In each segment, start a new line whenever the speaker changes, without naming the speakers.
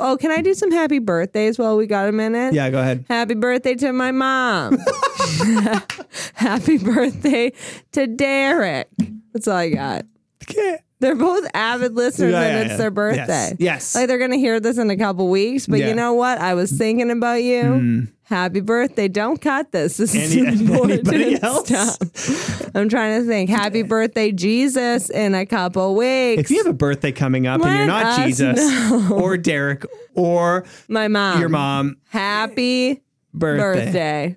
Oh, can I do some happy birthdays while we got a minute?
Yeah, go ahead.
Happy birthday to my mom. happy birthday to Derek. That's all I got.
Okay.
They're both avid listeners
Yeah,
and
yeah,
it's
yeah.
their
Yes,
birthday.
yes.
Like they're going to hear this in a couple weeks, but
Yeah. Hmm.
you know what? I was thinking about you. Happy birthday. Don't cut this. This
Any-
is important
anybody else?
stuff. I'm trying to think. Happy birthday, Jesus, in a couple weeks.
If you have a birthday coming up and
Let
you're not
us
Jesus or Derek or
my mom.
your mom,
Happy birthday.
birthday.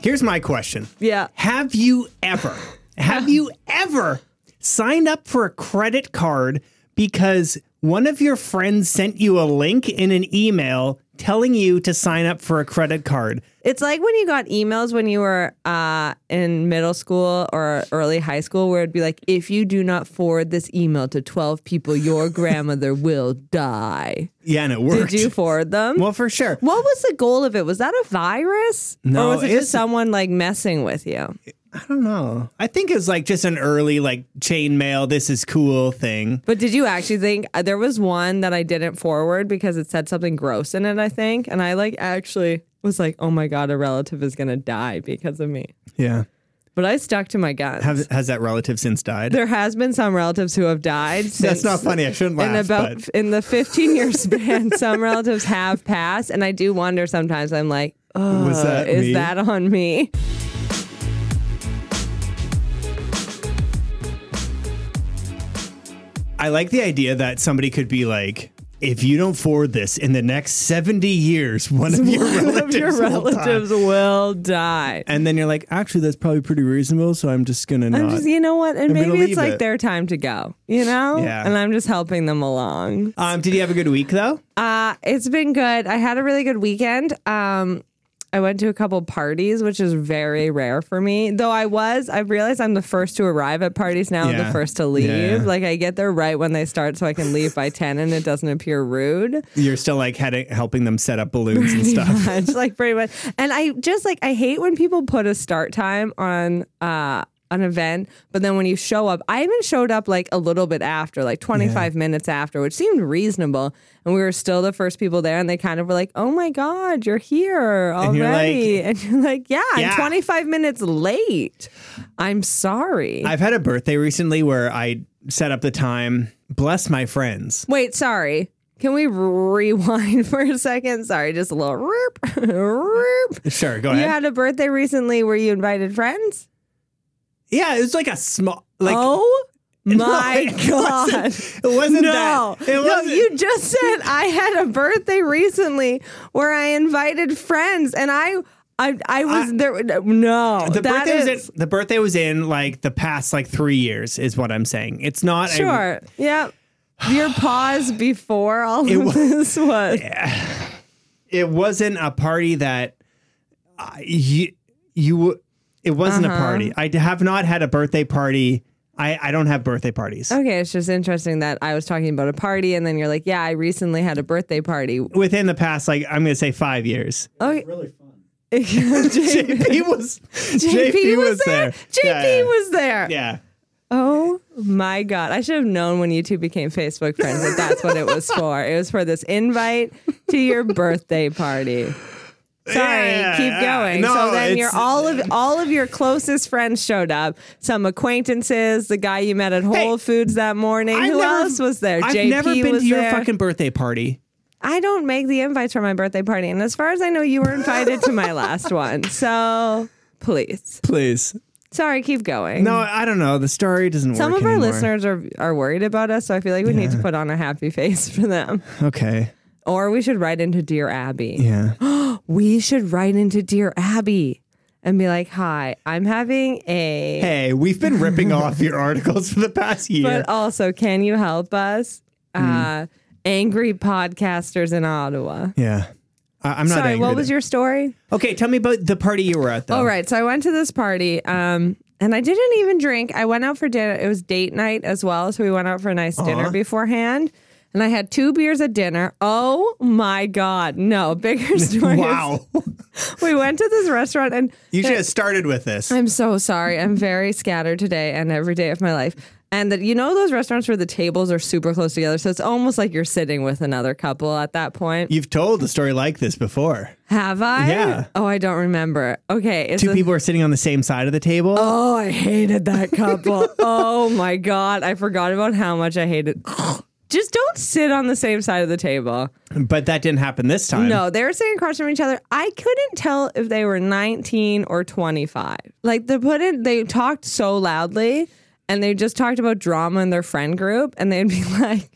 Here's my question.
Yeah.
Have you ever, have you ever signed up for a credit card because one of your friends sent you a link in an email telling you to sign up for a credit card?
It's like when you got emails when you were uh, in middle school or early high school, where it'd be like, if you do not forward this email to 12 people, your grandmother will die.
Yeah, and it worked.
Did you forward them?
Well, for sure.
what was the goal of it? Was that a virus?
No,
Or was it
it's-
just someone like messing with you?
I don't know. I think it's like just an early like chainmail. This is cool thing.
But did you actually think uh, there was one that I didn't forward because it said something gross in it, I think? And I like actually was like, oh my God, a relative is going to die because of me.
Yeah.
But I stuck to my guns.
Have, has that relative since died?
there has been some relatives who have died.
That's
since-
not funny. I shouldn't
In
laugh.
about
but
in the 15 year span, some relatives have passed, and I do wonder sometimes. I'm like, oh,
Was that
is
me?"
that on me?
I like the idea that somebody could be like, if you don't forward this in the next 70 years, one of your
One of
relatives,
your
will die."
relatives will die.
And then you're like, actually, that's probably pretty reasonable. So I'm just going to
I'm
not.
just, you know what, and
I'm gonna
maybe it's
leave
like
it.
their time to go, you know,
Yeah.
and I'm just helping them along.
um, did you have a good week, though?
Uh, it's been good. I had a really good weekend. Um, I went to a couple parties, which is very rare for me. Though I was, I've realized I'm the first to arrive at parties now and
Yeah.
the first to leave.
Yeah.
Like I get there right when they start so I can leave by 10 and it doesn't appear rude.
You're still like had helping them set up balloons and stuff.
Much, like pretty much. And I just like I hate when people put a start time on uh an event, but then when you show up, I even showed up like a little bit after, like 25 minutes after, which seemed reasonable. And we were still the first people there, and they kind of were like, "Oh my god, you're here
And you're like-
already!" And you're like, yeah,
Yeah.
I'm 25 minutes late. I'm sorry.
I've had a birthday recently where I set up the time. Bless my friends.
Wait, sorry." Can we rewind for a second? Sorry, just a little roop, roop.
Sure, go
You
ahead.
had a birthday recently where you invited friends?
Yeah, it was like a small, like
oh my
it
god.
wasn't- it wasn't
no.
that. It
No,
wasn't-
you just said I had a birthday recently where I invited friends and I I I was there no.
the
that
birthday was
is-
in, the birthday was in like the past like three years is what I'm saying. It's not a-
Sure. Yeah. Your pause before all of
wa-
this was
it wasn't a party that I you you it wasn't
Uh-huh.
a party. I have not had a birthday party. I I don't have birthday parties.
Okay, it's just interesting that I was talking about a party and then you're like, "Yeah, I recently had a birthday party."
Within the past, like I'm gonna say five years,
Okay.
Really fun.
JP,
JP was JP,
was, there. JP
yeah,
was there.
yeah.
Oh my God. I should have known when you two became Facebook friends that that's what it was for. It was for this invite to your birthday party. Sorry,
Yeah,
keep going.
no,
so then
it's-
your all of all of your closest friends showed up. Some acquaintances, the guy you met at Whole Foods that morning.
I've
Who
never-
else was there?
I've
JP
never been
was
to your
there.
fucking birthday party.
I don't make the invites for my birthday party. And as far as I know, you were invited to my last one. So please.
Please.
Sorry, keep going.
No, I don't know. The story doesn't
Some
work
of our
anymore.
listeners are are worried about us, so I feel like we need to put on a happy face for them.
Okay.
Or we should write into Dear Abby.
Yeah.
We should write into Dear Abby and be like, "Hi, I'm having a
Hey, we've been ripping off your articles for the past year.
but also can you help us?
Mm.
Uh angry podcasters in Ottawa."
yeah. I, I'm not
Sorry,
angry
what
though.
was your story?
Okay, tell me about the party you were at though.
All right, so I went to this party, um, and I
Uh-huh.
didn't even drink. I went out for dinner. It was date night as well, so we went out for a nice dinner beforehand. and I had two beers at dinner. Oh my God. No, bigger story. is-
Wow.
we went to this restaurant and
you should have started with this.
I'm so sorry. I'm very scattered today and every day of my life. And that you know those restaurants where the tables are super close together, so it's almost like you're sitting with another couple at that point.
You've told a story like this before.
Have I?
Yeah.
Oh, I don't remember. Okay, it's
Two
a-
people are sitting on the same side of the table.
Uh, Oh, I hated that couple. oh my god, I forgot about how much I hated. Just don't sit on the same side of the table.
But that didn't happen this time.
No, they were sitting across from each other. I couldn't tell if they were 19 or 25. Like they put in, they talked so loudly and they just talked about drama in their friend group and they'd be like,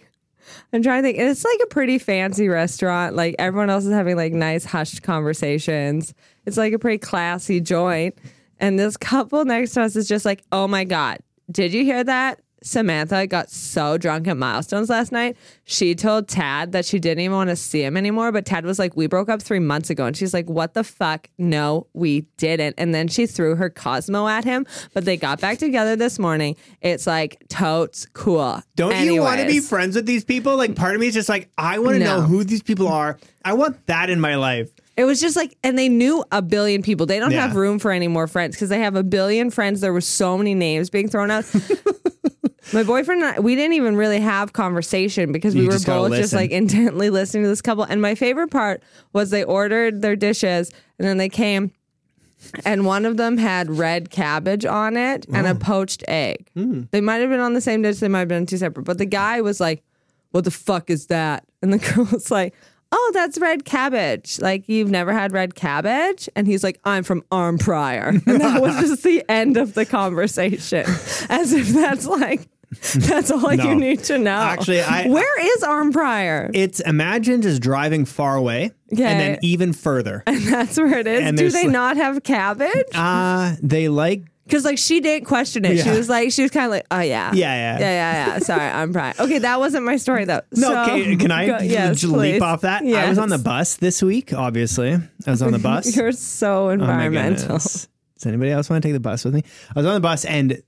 I'm trying to think. It's like a pretty fancy restaurant. Like everyone else is having like nice hushed conversations. It's like a pretty classy joint. And this couple next to us is just like, oh my God, did you hear that? Samantha got so drunk at Milestones last night. She told Tad that she didn't even want to see him anymore. But Tad was like, We broke up three months ago. And she's like, What the fuck? No, we didn't. And then she threw her Cosmo at him. But they got back together this morning. It's like, totes cool.
Don't you want to be
Anyways.
friends with these people? Like, part of me is just like, I want to
No.
know who these people are. I want that in my life.
It was just like, and they knew a billion people. They don't
Yeah.
have room for any more friends because they have a billion friends. There were so many names being thrown out. My boyfriend and I, we didn't even really have conversation because we
You
were
just gotta
both just
listen.
like intently listening to this couple. And my favorite part was they ordered their dishes and then they came and one of them had red cabbage on it and
Oh.
a poached egg.
Hmm.
They might have been on the same dish, they might have been two separate. But the guy was like, What the fuck is that? And the girl was like, Oh, that's red cabbage. Like, you've never had red cabbage? And he's like, I'm from Arm Prior. And that was just the end of the conversation. As if that's like, that's all
No.
you need to know.
Actually, I-
Where is Arm Prior?
It's imagine just driving far away and then
Okay.
even further.
that's where it is.
And
Do
there's
they
like-
not have cabbage?
Uh, they like,
Because like she didn't question it. She
Yeah.
was like, she was kind of like, oh yeah,
Yeah, yeah.
yeah, yeah, yeah. Sorry, I'm proud. Okay, that wasn't my story though.
no,
So-
can, can I
Go- yes,
just leap
please.
off that? I was on the
Yes.
bus this week, obviously. I was on the bus.
You're so
Oh my
environmental.
goodness. Does anybody else want to take the bus with me? I was on the bus and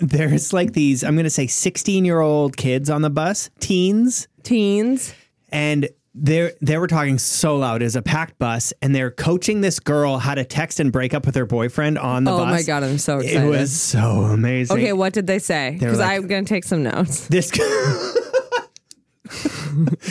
there's like these, I'm going to say 16 year old kids on the bus, teens,
Teens.
and they they were talking so loud as a packed bus and they're coaching this girl how to text and break up with her boyfriend on the
Oh
bus.
my god, I'm so
It
excited.
was so amazing.
okay, what did they say?
were
Because
like-
I'm gonna take some notes.
This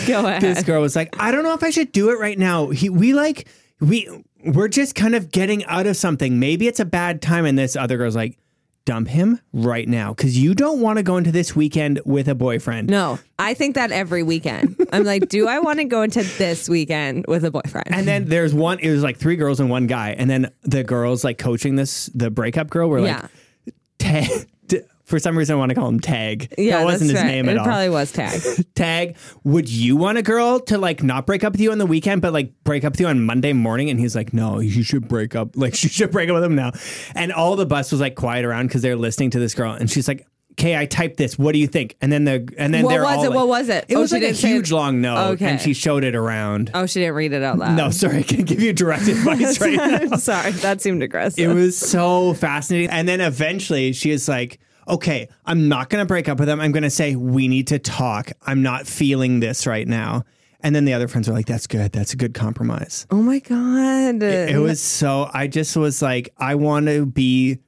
Go ahead.
this girl was like, I don't know if I should do it right now. He, we like, we, we're just kind of getting out of something. Maybe it's a bad time. And this other girl's like, dump him right now because you don't want to go into this weekend with a boyfriend.
no, I think that every weekend. I'm like, do I want to go into this weekend with a boyfriend?
And then there's one, it was like three girls and one guy. And then the girls like coaching this, the breakup girl were
yeah,
like, tag. For some reason, I want to call him Tag.
yeah,
that wasn't
that's
his
right.
name
it
at all.
probably was tag.
Tag, would you want a girl to like not break up with you on the weekend, but like break up with you on Monday morning? And he's like, no, you should break up. Like, she should break up with him now. And all the bus was like quiet around because they're listening to this girl. And she's like, okay, I typed this. What do you think? And then the, and then
What
they're
was
all
it?
like-
What was it?
It
Oh,
was
she
like a
didn't say-
huge long note.
Okay.
And she showed it around.
Oh, she didn't read it out loud.
No, sorry, I can't give you direct advice right now.
I'm sorry, that seemed aggressive.
It was so fascinating. And then eventually she is like, okay, I'm not going to break up with him. I'm going to say, we need to talk. I'm not feeling this right now. And then the other friends are like, that's good. That's a good compromise.
oh my god,
It was so, I just was like, I want to be,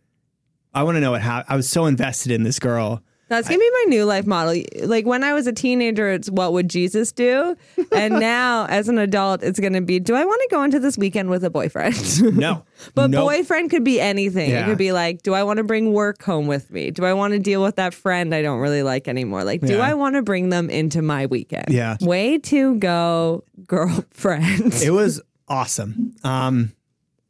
I want to know what happened. I was so invested in this girl.
That's gonna be my new life model. Like when I was a teenager, it's what would Jesus do? And now as an adult, it's gonna be do I want to go into this weekend with a boyfriend?
No.
but
no.
boyfriend could be anything.
Yeah.
It could be like, do I want to bring work home with me? Do I want to deal with that friend I don't really like anymore? Like, do
Yeah.
I want to bring them into my weekend?
Yeah.
Way to go, girlfriend.
it was awesome. Um,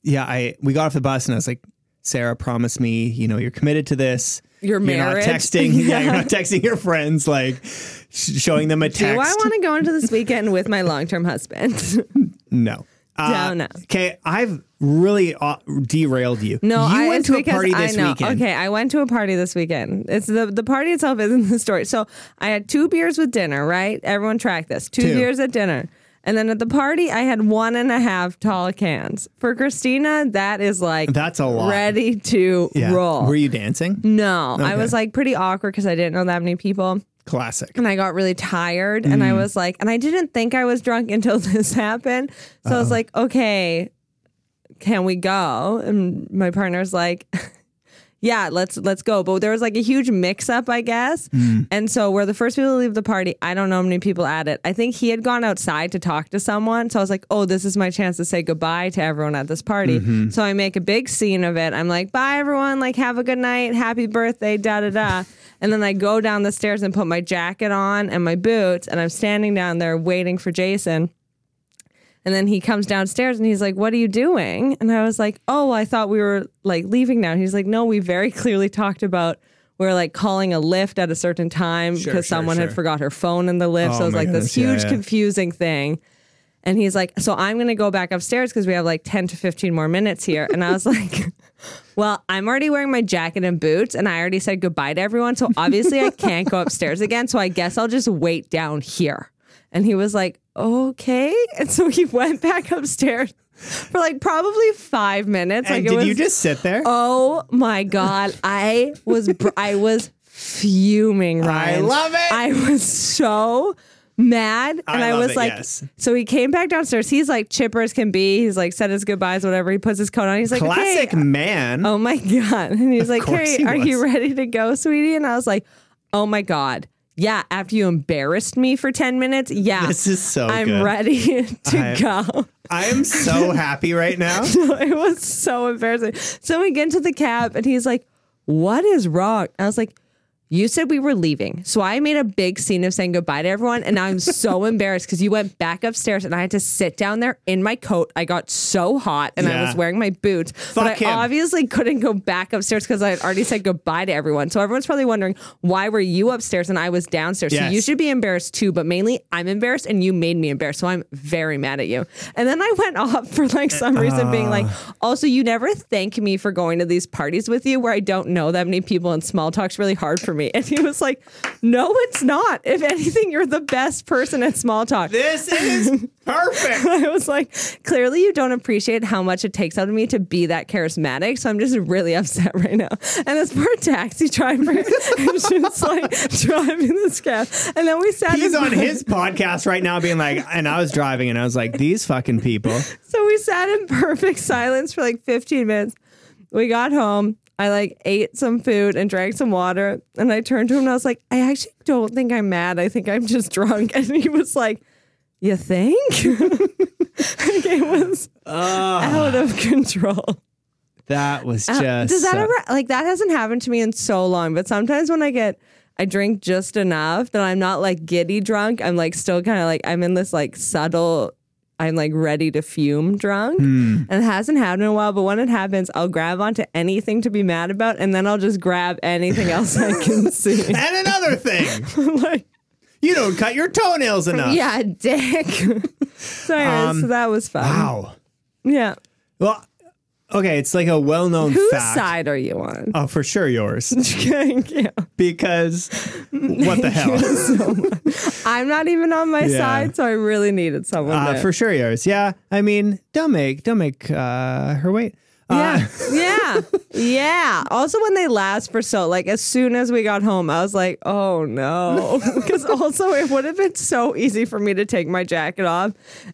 yeah, I, we got off the bus and I was like, Sarah, promise me, you know, you're committed to this.
Your
You're not
marriage.
texting. yeah, you're not texting your friends, like sh- showing them a
do I
text.
want to go into this weekend with my long term husband?
no. Uh,
Don't know.
Okay, I've really uh, derailed you.
No,
you
I,
went
it's
to a
because
party
I
this
know.
weekend.
Okay, I went to a party this weekend. It's the the party itself isn't the story. So I had two beers with dinner, right? Everyone track this. Two,
Two.
beers at dinner. And then at the party I had one and a half tall cans. For Christina, that is like
That's a lot.
ready to
Yeah.
roll.
Were you dancing?
no. I
Okay.
was like pretty awkward because I didn't know that many people.
Classic.
and I got really tired and
Mm.
I was like, and I didn't think I was drunk until this happened. So I was like, okay, can we go? And my partner's like, yeah, let's let's go. But there was like a huge mix up, I guess. And so we're the first people to leave the party. I don't know how many people at it. I think he had gone outside to talk to someone. So I was like, oh, this is my chance to say goodbye to everyone at this party. So I make a big scene of it. I'm like, bye everyone, like have a good night, happy birthday, da da da. And then I go down the stairs and put my jacket on and my boots, and I'm standing down there waiting for Jason. And then he comes downstairs and he's like, What are you doing? And I was like, Oh, I thought we were like leaving now. And he's like, No, we very clearly talked about we're like calling a lift at a certain time
Sure,
because
sure,
someone had
sure.
forgot her phone in the lift.
Oh,
so it was
my
like this
goodness. Yeah,
huge,
yeah.
confusing thing. And he's like, So I'm going to go back upstairs because we have like 10 to 15 more minutes here. And I was like, Well, I'm already wearing my jacket and boots, and I already said goodbye to everyone. So obviously, I can't go upstairs again. So I guess I'll just wait down here. And he was like, Okay. And so he went back upstairs for like probably five minutes.
And
like
did
it was,
you just sit there?
Oh my God. I was, br- I was fuming, Ryan.
love it.
I was so mad. And I,
love
was
it,
like,
yes.
so he came back downstairs. He's like chipper as can be. He's like said his goodbyes, whatever. He puts his coat on. He's like,
Classic
"Okay."
man.
Oh my God. And he's like, Carrie,
course he
are you
was.
ready to go, sweetie? And I was like, oh my God. Yeah. After you embarrassed me for 10 minutes. Yeah.
This is so
I'm
good.
ready to
I'm-
go.
I am so happy right now.
it was so embarrassing. So we get into the cab and he's like, What is wrong? I was like, You said we were leaving. So I made a big scene of saying goodbye to everyone. And I'm so embarrassed because you went back upstairs and I had to sit down there in my coat. I got so hot and I
Yeah.
was wearing my boots. but I
Fuck him.
obviously couldn't go back upstairs because I had already said goodbye to everyone. So everyone's probably wondering, Why were you upstairs and I was downstairs? So
Yes.
you should be embarrassed too. But mainly, I'm embarrassed and you made me embarrassed. So I'm very mad at you. And then I went off for like
Eh,
some reason
uh.
being like, also, you never thank me for going to these parties with you where I don't know that many people and small talk's really hard for me. And he was like, no, it's not. If anything, you're the best person at small talk.
This is perfect.
I was like, clearly you don't appreciate how much it takes out of me to be that charismatic. So I'm just really upset right now. And this poor taxi driver is just like driving this cab. And then we sat
He's
in-
on his podcast right now being like, and I was driving and I was like, these fucking people.
So we sat in perfect silence for like 15 minutes. We got home. I like ate some food and drank some water. And I turned to him and I was like, I actually don't think I'm mad. I think I'm just drunk. And he was like, You think? like it was out of control.
That was just.
Uh, Does that
uh, so-
ever, like, that hasn't happened to me in so long. But sometimes when I get, I drink just enough that I'm not like giddy drunk. I'm like still kind of like, I'm in this like subtle, I'm like ready to fume drunk.
Hmm.
And it hasn't happened in a while. But when it happens, I'll grab onto anything to be mad about. And then I'll just grab anything else I can see.
And another thing,
like,
you don't cut your toenails enough.
yeah, dick. so, anyways, so that was fun.
Um, Wow.
Yeah.
Well, okay, it's like a well known
Whose
fact.
side are you on?
Oh, for sure yours.
Thank you.
Because what the hell?
I'm not even on my
Yeah.
side, so I really needed someone.
Uh,
there.
for sure yours. Yeah. I mean, don't make don't make uh, her wait. Uh,
Yeah. yeah. Yeah. Also, when they last for so, like, as soon as we got home, I was like, oh no. Because also, it would have been so easy for me to take my jacket off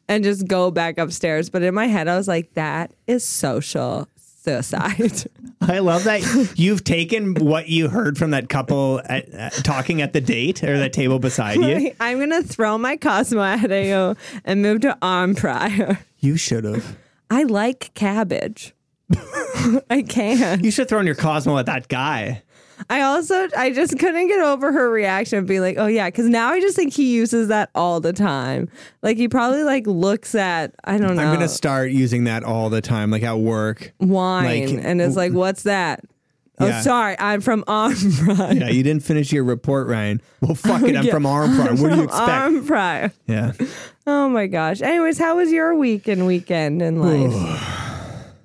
and just go back upstairs. But in my head, I was like, that is social suicide.
I love that you've taken what you heard from that couple at, at, talking at the date or that table beside you.
I'm going to throw my Cosmo at AO and move to arm prior.
You should have.
I like cabbage. I can.
You should have thrown your Cosmo at that guy.
I also I just couldn't get over her reaction of being like, oh yeah, because now I just think he uses that all the time. Like he probably like looks at I don't know
I'm gonna start using that all the time, like at work.
wine
like-
and it's like, what's that?
Yeah.
Oh sorry, I'm from Armfry.
Yeah, you didn't finish your report, Ryan. Well, fuck it. I'm
Yeah.
from Arm Farm. What do you expect?
Armfry.
yeah.
Oh my gosh. Anyways, how was your week and weekend in life?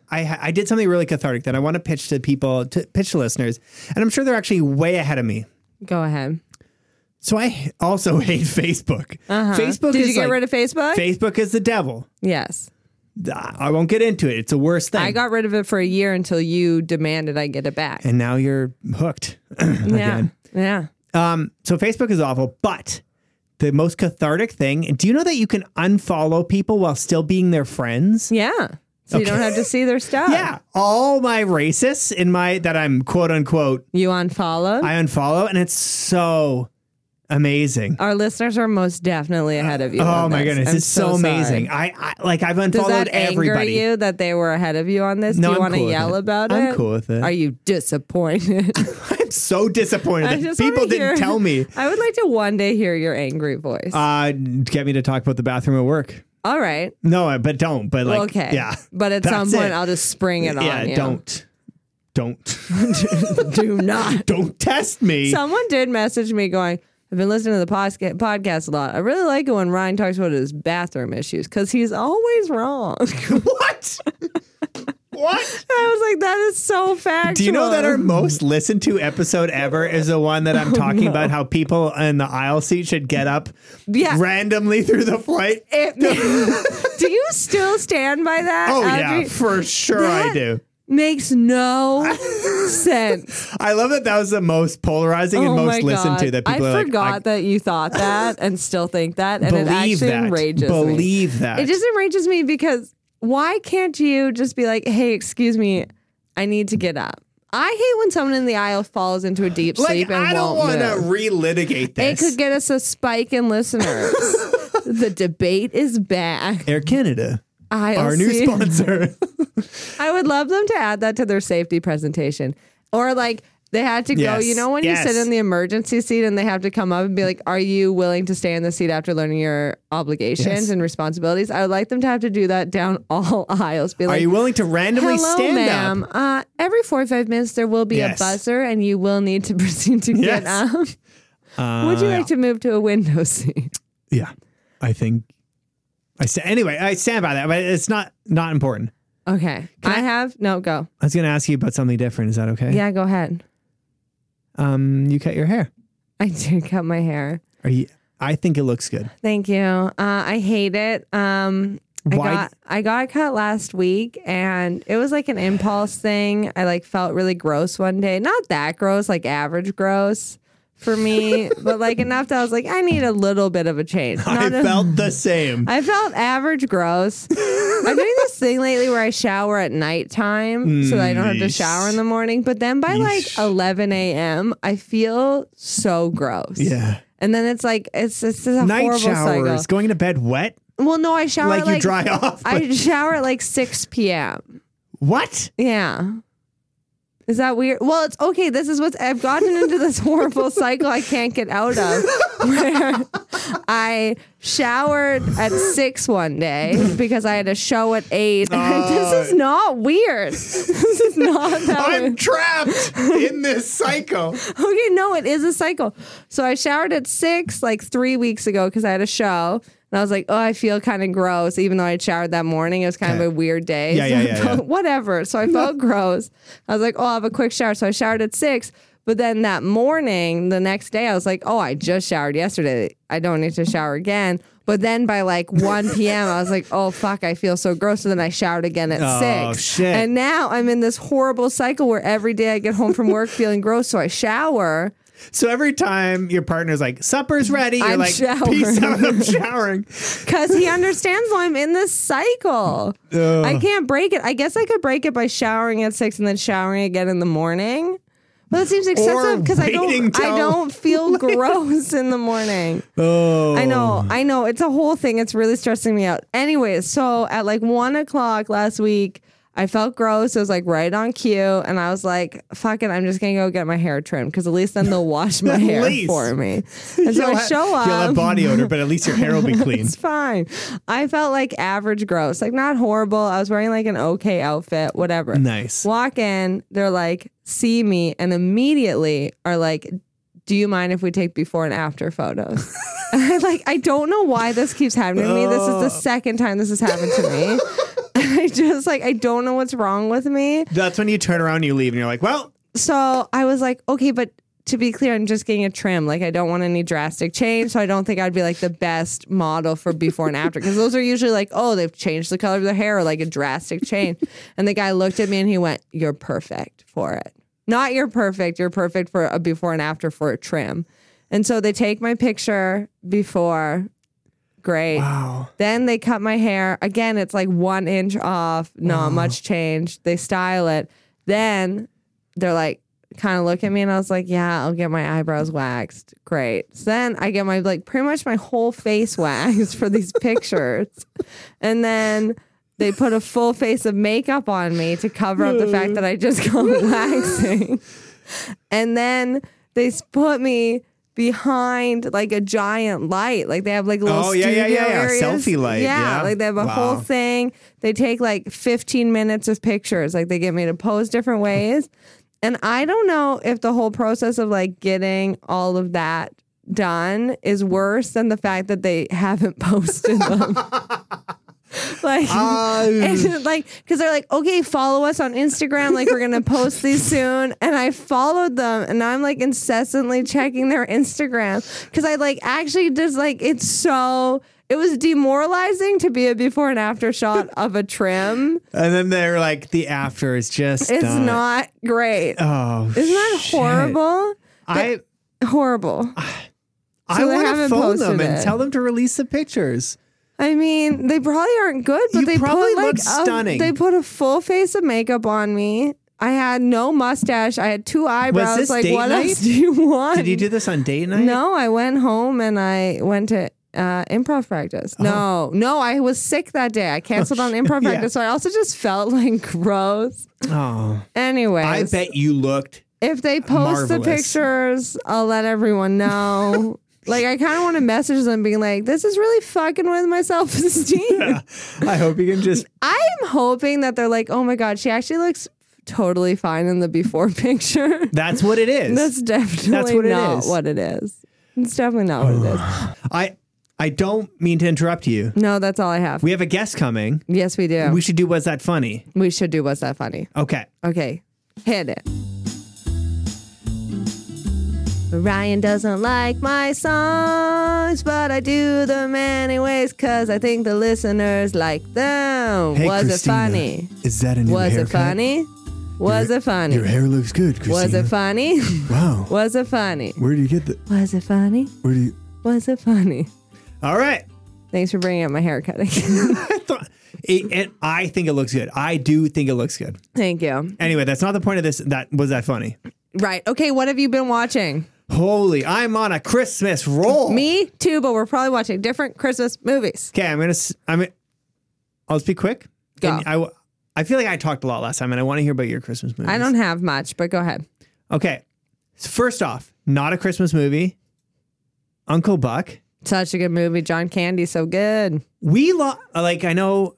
I, I did something really cathartic that I want to pitch to people, to pitch to listeners, and I'm sure they're actually way ahead of me.
Go ahead.
So I also hate Facebook. Facebook
Uh-huh. Did
is
you get
like-
rid of Facebook?
Facebook is the devil.
yes.
I won't get into it. It's the worst thing.
I got rid of it for a year until you demanded I get it back.
and now you're hooked.
Yeah. Yeah.
Um, so Facebook is awful, but the most cathartic thing. Do you know that you can unfollow people while still being their friends?
Yeah. So you don't have to see their stuff.
Yeah, all my racists in my that I'm quote unquote
You unfollowed?
I unfollow, and it's so amazing.
Our listeners are most definitely ahead of you.
Oh
on
my
this.
goodness,
I'm
it's so,
sorry.
amazing. I, I like I've
Does
unfollowed
that anger
everybody.
you that they were ahead of you on this?
No,
Do you
I'm
want to
cool with
yell
it.
about
I'm
it?
cool with it.
Are you disappointed?
I'm so disappointed
I
that
just wanna
people didn't
hear-
tell me.
I would like to one day hear your angry voice.
Uh, get me to talk about the bathroom at work.
All right.
No, I- but don't. But like,
okay.
yeah,
But at some
That's
point,
it.
I'll just spring it
yeah,
on you.
don't, don't,
Do not.
don't test me.
Someone did message me going, I've been listening to the posca- podcast a lot. I really like it when Ryan talks about his bathroom issues because he's always wrong.
what? what?
I was like, that is so factual.
Do you know that our most listened to episode ever is the one that I'm
Oh,
talking about? How people in the aisle seat should get up
Yeah.
randomly through the flight.
It- do you still stand by that?
Oh yeah,
Audrey?
for sure I
That-
do.
Makes no sense.
I love that that was the most polarizing and
oh
most
my
listened
God.
to. That people
I
are like,
forgot that you thought that and still think that, and it
believe
actually
that.
enrages me.
believe that.
It just enrages me because why can't you just be like, hey, excuse me, I need to get up? I hate when someone in the aisle falls into a deep
like
sleep and
I don't
won't
want to
move.
relitigate
It
this.
could get us a spike in listeners. the debate is back.
Air Canada,
Aisle
our new
seat.
sponsor.
I would love them to add that to their safety presentation. Or like they had to
Yes,
go, you know, when
yes.
you sit in the emergency seat and they have to come up and be like, Are you willing to stay in the seat after learning your obligations
Yes.
and responsibilities? I would like them to have to do that down all aisles. Be
are
like,
you willing to randomly
Hello,
stand up?
ma'am. Uh, every 45 minutes, there will be
Yes.
a buzzer, and you will need to proceed to
Yes. Uh,
get up. Would you like to move to a window seat?
Yeah, I think. I sta- anyway. I stand by that, but it's not not important.
Okay. I,
I-
have? No, go.
I was going to ask you about something different. Is that okay?
Yeah, go ahead.
Um, you cut your hair.
I did cut my hair.
Are you? I think it looks good.
Thank you. Uh, I hate it. Um, I
Why-
got I got cut last week, and it was like an impulse thing. I like felt really gross one day. Not that gross, like average gross for me, but like enough that I was like, I need a little bit of a change.
I
Not a-
felt the same.
I felt average gross. I'm doing this thing lately where I shower at nighttime so that I don't have to
Yeesh.
shower in the morning. But then by like
Yeesh.
11 a.m., I feel so gross.
yeah.
And then it's like, it's, it's just a
Night
horrible
showers,
cycle.
going to bed wet,
Well, no, I shower
like
at,
you dry off.
I shower at like 6 p.m.
what?
Yeah. Is that weird? Well, it's okay. This is what's I've gotten into this horrible cycle I can't get out of where I showered at six one day because I had a show at eight.
Uh,
this is not weird. This is not that weird.
I'm trapped in this cycle.
Okay, Oh, no, it is a cycle. So I showered at six like three weeks ago because I had a show. And I was like, oh, I feel kind of gross, even though I had showered that morning. It was kind
Okay.
of a weird day.
Yeah,
so
yeah,
I
yeah,
felt-
yeah.
Whatever. So I felt gross. I was like, oh, I'll have a quick shower. So I showered at six. But then that morning, the next day, I was like, oh, I just showered yesterday. I don't need to shower again. But then by like 1 p.m., I was like, oh, fuck, I feel so gross. So then I showered again at
Oh,
six.
shit.
And now I'm in this horrible cycle where every day I get home from work feeling gross, so I shower.
So every time your partner's like, supper's ready, you're
I'm
like, peace
showering."
out, I'm showering.
Cause he understands why I'm in this cycle. I can't break it. I guess I could break it by showering at six and then showering again in the morning. But it seems excessive because I
waiting
don't
till-
I don't feel gross in the morning.
Oh.
I know, I know. It's a whole thing. It's really stressing me out. Anyways, so at like one o'clock last week, I felt gross. It was like right on cue, and I was like, "Fuck it, I'm just gonna go get my hair trimmed because at least then they'll wash my
At
hair
least.
for me." And so I show up.
You'll have body odor, but at least your hair will be clean.
It's fine. I felt like average gross, like not horrible. I was wearing like an okay outfit, whatever.
Nice.
Walk in, they're like, see me, and immediately are like, do you mind if we take before and after photos? And I like, I don't know why this keeps happening to me. This is the second time this has happened to me. And I just like, I don't know what's wrong with me.
That's when you turn around and you leave and you're like, well,
So I was like, okay, but to be clear, I'm just getting a trim. Like, I don't want any drastic change. So I don't think I'd be like the best model for before and after. Cause those are usually like, oh, they've changed the color of their hair or like a drastic change. And the guy looked at me and he went, you're perfect for it. Not you're perfect. You're perfect for a before and after for a trim. And so they take my picture before. Great.
Wow.
Then they cut my hair. Again, it's like one inch off, not much change. They style it. Then they're like, kind of look at me, and I was like, yeah, I'll get my eyebrows waxed. Great. So then I get my, like, pretty much my whole face waxed for these pictures. And then they put a full face of makeup on me to cover up the fact that I just got
Hmm.
waxing. And then they s- put me behind like a giant light. Like they have like little
Oh, yeah, yeah,
studio
yeah, yeah.
areas.
Selfie light, yeah.
like they have a
Wow.
whole thing. They take like 15 minutes of pictures. Like they get me to pose different ways. And I don't know if the whole process of like getting all of that done is worse than the fact that they haven't posted them. like
Hmm.
and like because they're like okay follow us on instagram like we're gonna post these soon and i followed them and i'm like incessantly checking their instagram because i like actually just like it's so it was demoralizing to be a before and after shot of a trim
And then they're like, the after is just.
it's
done.
not great
Oh,
isn't that
shit.
horrible
I
horrible
I
they
want to
haven't
phone them
posted
and
it.
tell them to release the pictures.
I mean, they probably aren't good, but
You
they
probably
put like
look
a-
stunning.
they put a full face of makeup on me. I had no mustache. I had two eyebrows.
this
like,
date
what
night?
else do you want?
Did you do this on date night?
No, I went home and I went to uh, improv practice. No, no, I was sick that day. I canceled on improv
Oh. Yeah.
practice, so I also just felt like gross.
Oh,
Anyways,
I bet you looked.
if they post the
Marvelous.
pictures, I'll let everyone know. like, I kind of want to message them, being like, "This is really fucking with my self esteem."
I hope you can just.
I'm hoping that they're like, oh my god, she actually looks totally fine in the before picture.
That's what it is.
That's definitely
what it
not
is.
what it is. It's definitely not what it is.
I I don't mean to interrupt you.
No, that's all I have.
We have a guest coming.
yes, we do.
We
We,
should do. Was that funny?
should do what's that funny.
Okay.
Okay, hit it. Ryan doesn't like my songs, but I do them anyways because I think the listeners like them.
Hey,
Was
Christina,
it funny?
Is that a new
Was
haircut?
it funny? Was it funny?
Your hair looks good, Christina.
Was it funny?
Wow.
Was it funny?
Where do you get the?
Was it funny?
Where do you?
Was it funny?
All right.
Thanks for bringing up my haircutting.
I thought. It, and I think it looks good. I do think it looks good.
Thank you.
Anyway, that's not the point of this. That was that funny.
Right. Okay. What have you been watching?
Holy, I'm on a Christmas roll.
Me too, but we're probably watching different Christmas movies.
Okay, I'm gonna. s- I'm. gonna- I'll just be quick.
Go.
And I. w- I feel like I talked a lot last time, and I want to hear about your Christmas movies.
I don't have much, but go ahead.
Okay. So First off, not a Christmas movie. Uncle Buck.
Such a good movie. John Candy, so good.
We lo- like. I know.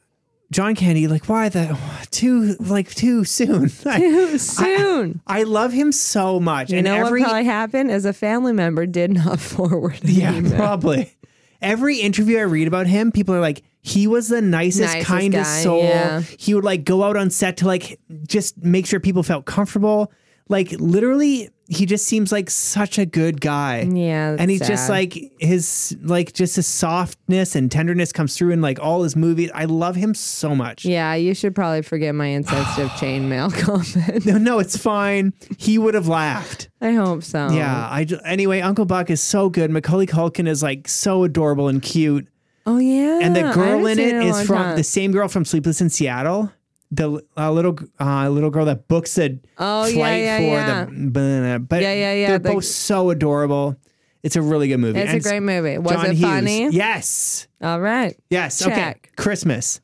John Candy. Like, why the too like too soon? I,
Soon.
I love him so much.
you
and
know
every
what probably happened is a family member did not forward. an
yeah,
email.
probably. Every interview I read about him, people are like, he was the nicest,
Nicest
kindest
guy,
soul.
yeah.
He would like go out on set to like just make sure people felt comfortable. Like literally, he just seems like such a good guy.
Yeah, that's
and he's just
sad.
like his like just his softness and tenderness comes through in like all his movies. I love him so much.
Yeah, you should probably forget my insensitive chainmail comment.
No, no, it's fine. He would have laughed.
I hope so.
Yeah. I ju- anyway, Uncle Buck is so good. Macaulay Culkin is like so adorable and cute.
Oh yeah.
and the
I
girl
haven't
in
seen
it
in a
is
long
from
time.
the same girl from Sleepless in Seattle. The uh, little uh, little girl that books a
Oh, yeah,
flight
yeah,
for
yeah.
the banana. But
Yeah, yeah, yeah,
They're
the-
both so adorable. It's a really good movie.
It's a
And
great movie. Was
John
it
Hughes.
funny?
Yes.
All right.
Yes. Okay.
Check.
Christmas.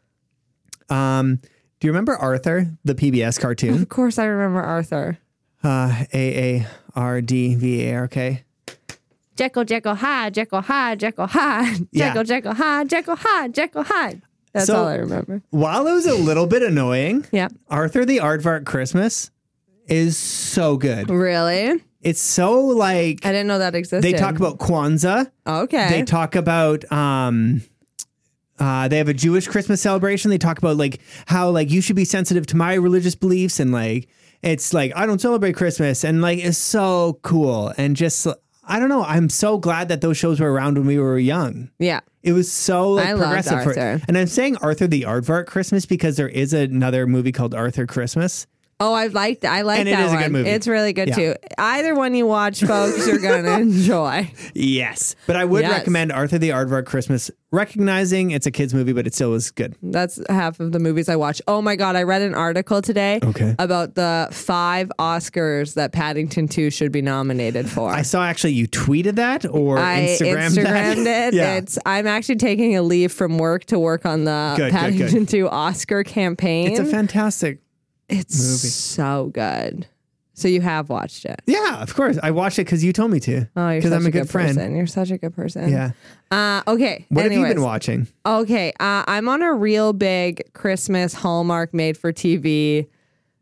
Um, do you remember Arthur, the PBS cartoon?
Of course, I remember Arthur.
Uh, A A R D V A R K.
Jekyll, Jekyll, Hyde, Jekyll, Hyde, Jekyll, Hyde.
Yeah.
Jekyll, Jekyll, Hyde, Jekyll, Hyde, Jekyll, Hyde. That's
So-
all I remember.
While it was a little bit annoying,
Yeah.
Arthur the Aardvark Christmas is so good.
Really? I
It's so like
didn't know that existed.
they talk about Kwanzaa.
Okay.
They talk about um uh, they have a Jewish Christmas celebration. They talk about like how like you should be sensitive to my religious beliefs and like it's like I don't celebrate Christmas and like it's so cool and just I don't know. I'm so glad that those shows were around when we were young.
yeah.
It was so like,
I loved
progressive. for-
Arthur.
and I'm saying Arthur the Aardvark Christmas because there is another movie called Arthur Christmas.
Oh, I liked I like
And it
that
is a
one.
good movie.
It's really good
Yeah.
too. Either one you watch, folks, you're gonna enjoy.
Yes. But I would
Yes.
recommend Arthur the Aardvark Christmas, recognizing it's a kid's movie, but it still was good.
That's half of the movies I watch. Oh my god, I read an article today
Okay.
about the five Oscars that Paddington Two should be nominated for.
I saw actually you tweeted that or
I
Instagrammed,
Instagrammed
that.
it. It's I'm actually taking a leave from work to work on the
Good, good, good.
Paddington Two Oscar campaign.
it's a fantastic.
It's so good. So you have watched it.
Yeah, of course. I watched it because you told me to.
Oh, you're
Because
such
I'm a good,
good,
friend.
Person. You're such a good person.
Yeah.
Uh, okay.
What have
Anyways.
you been watching?
Okay, uh, I'm on a real big Christmas Hallmark made for TV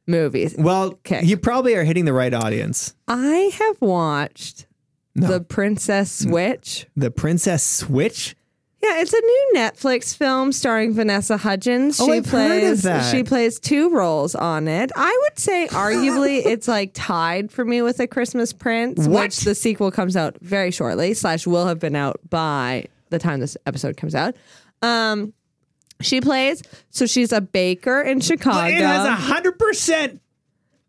movies.
Well,
Okay.
you probably are hitting the right audience.
I have watched The Princess
Mm.
Switch.
The Princess Switch.
Yeah, it's a new Netflix film starring Vanessa Hudgens.
Oh,
she
I've heard of
plays
that.
she plays two roles on it. I would say arguably it's like tied for me with A Christmas Prince,
What?
which the sequel comes out very shortly, slash will have been out by the time this episode comes out. Um she plays so she's a baker in Chicago.
It has a hundred percent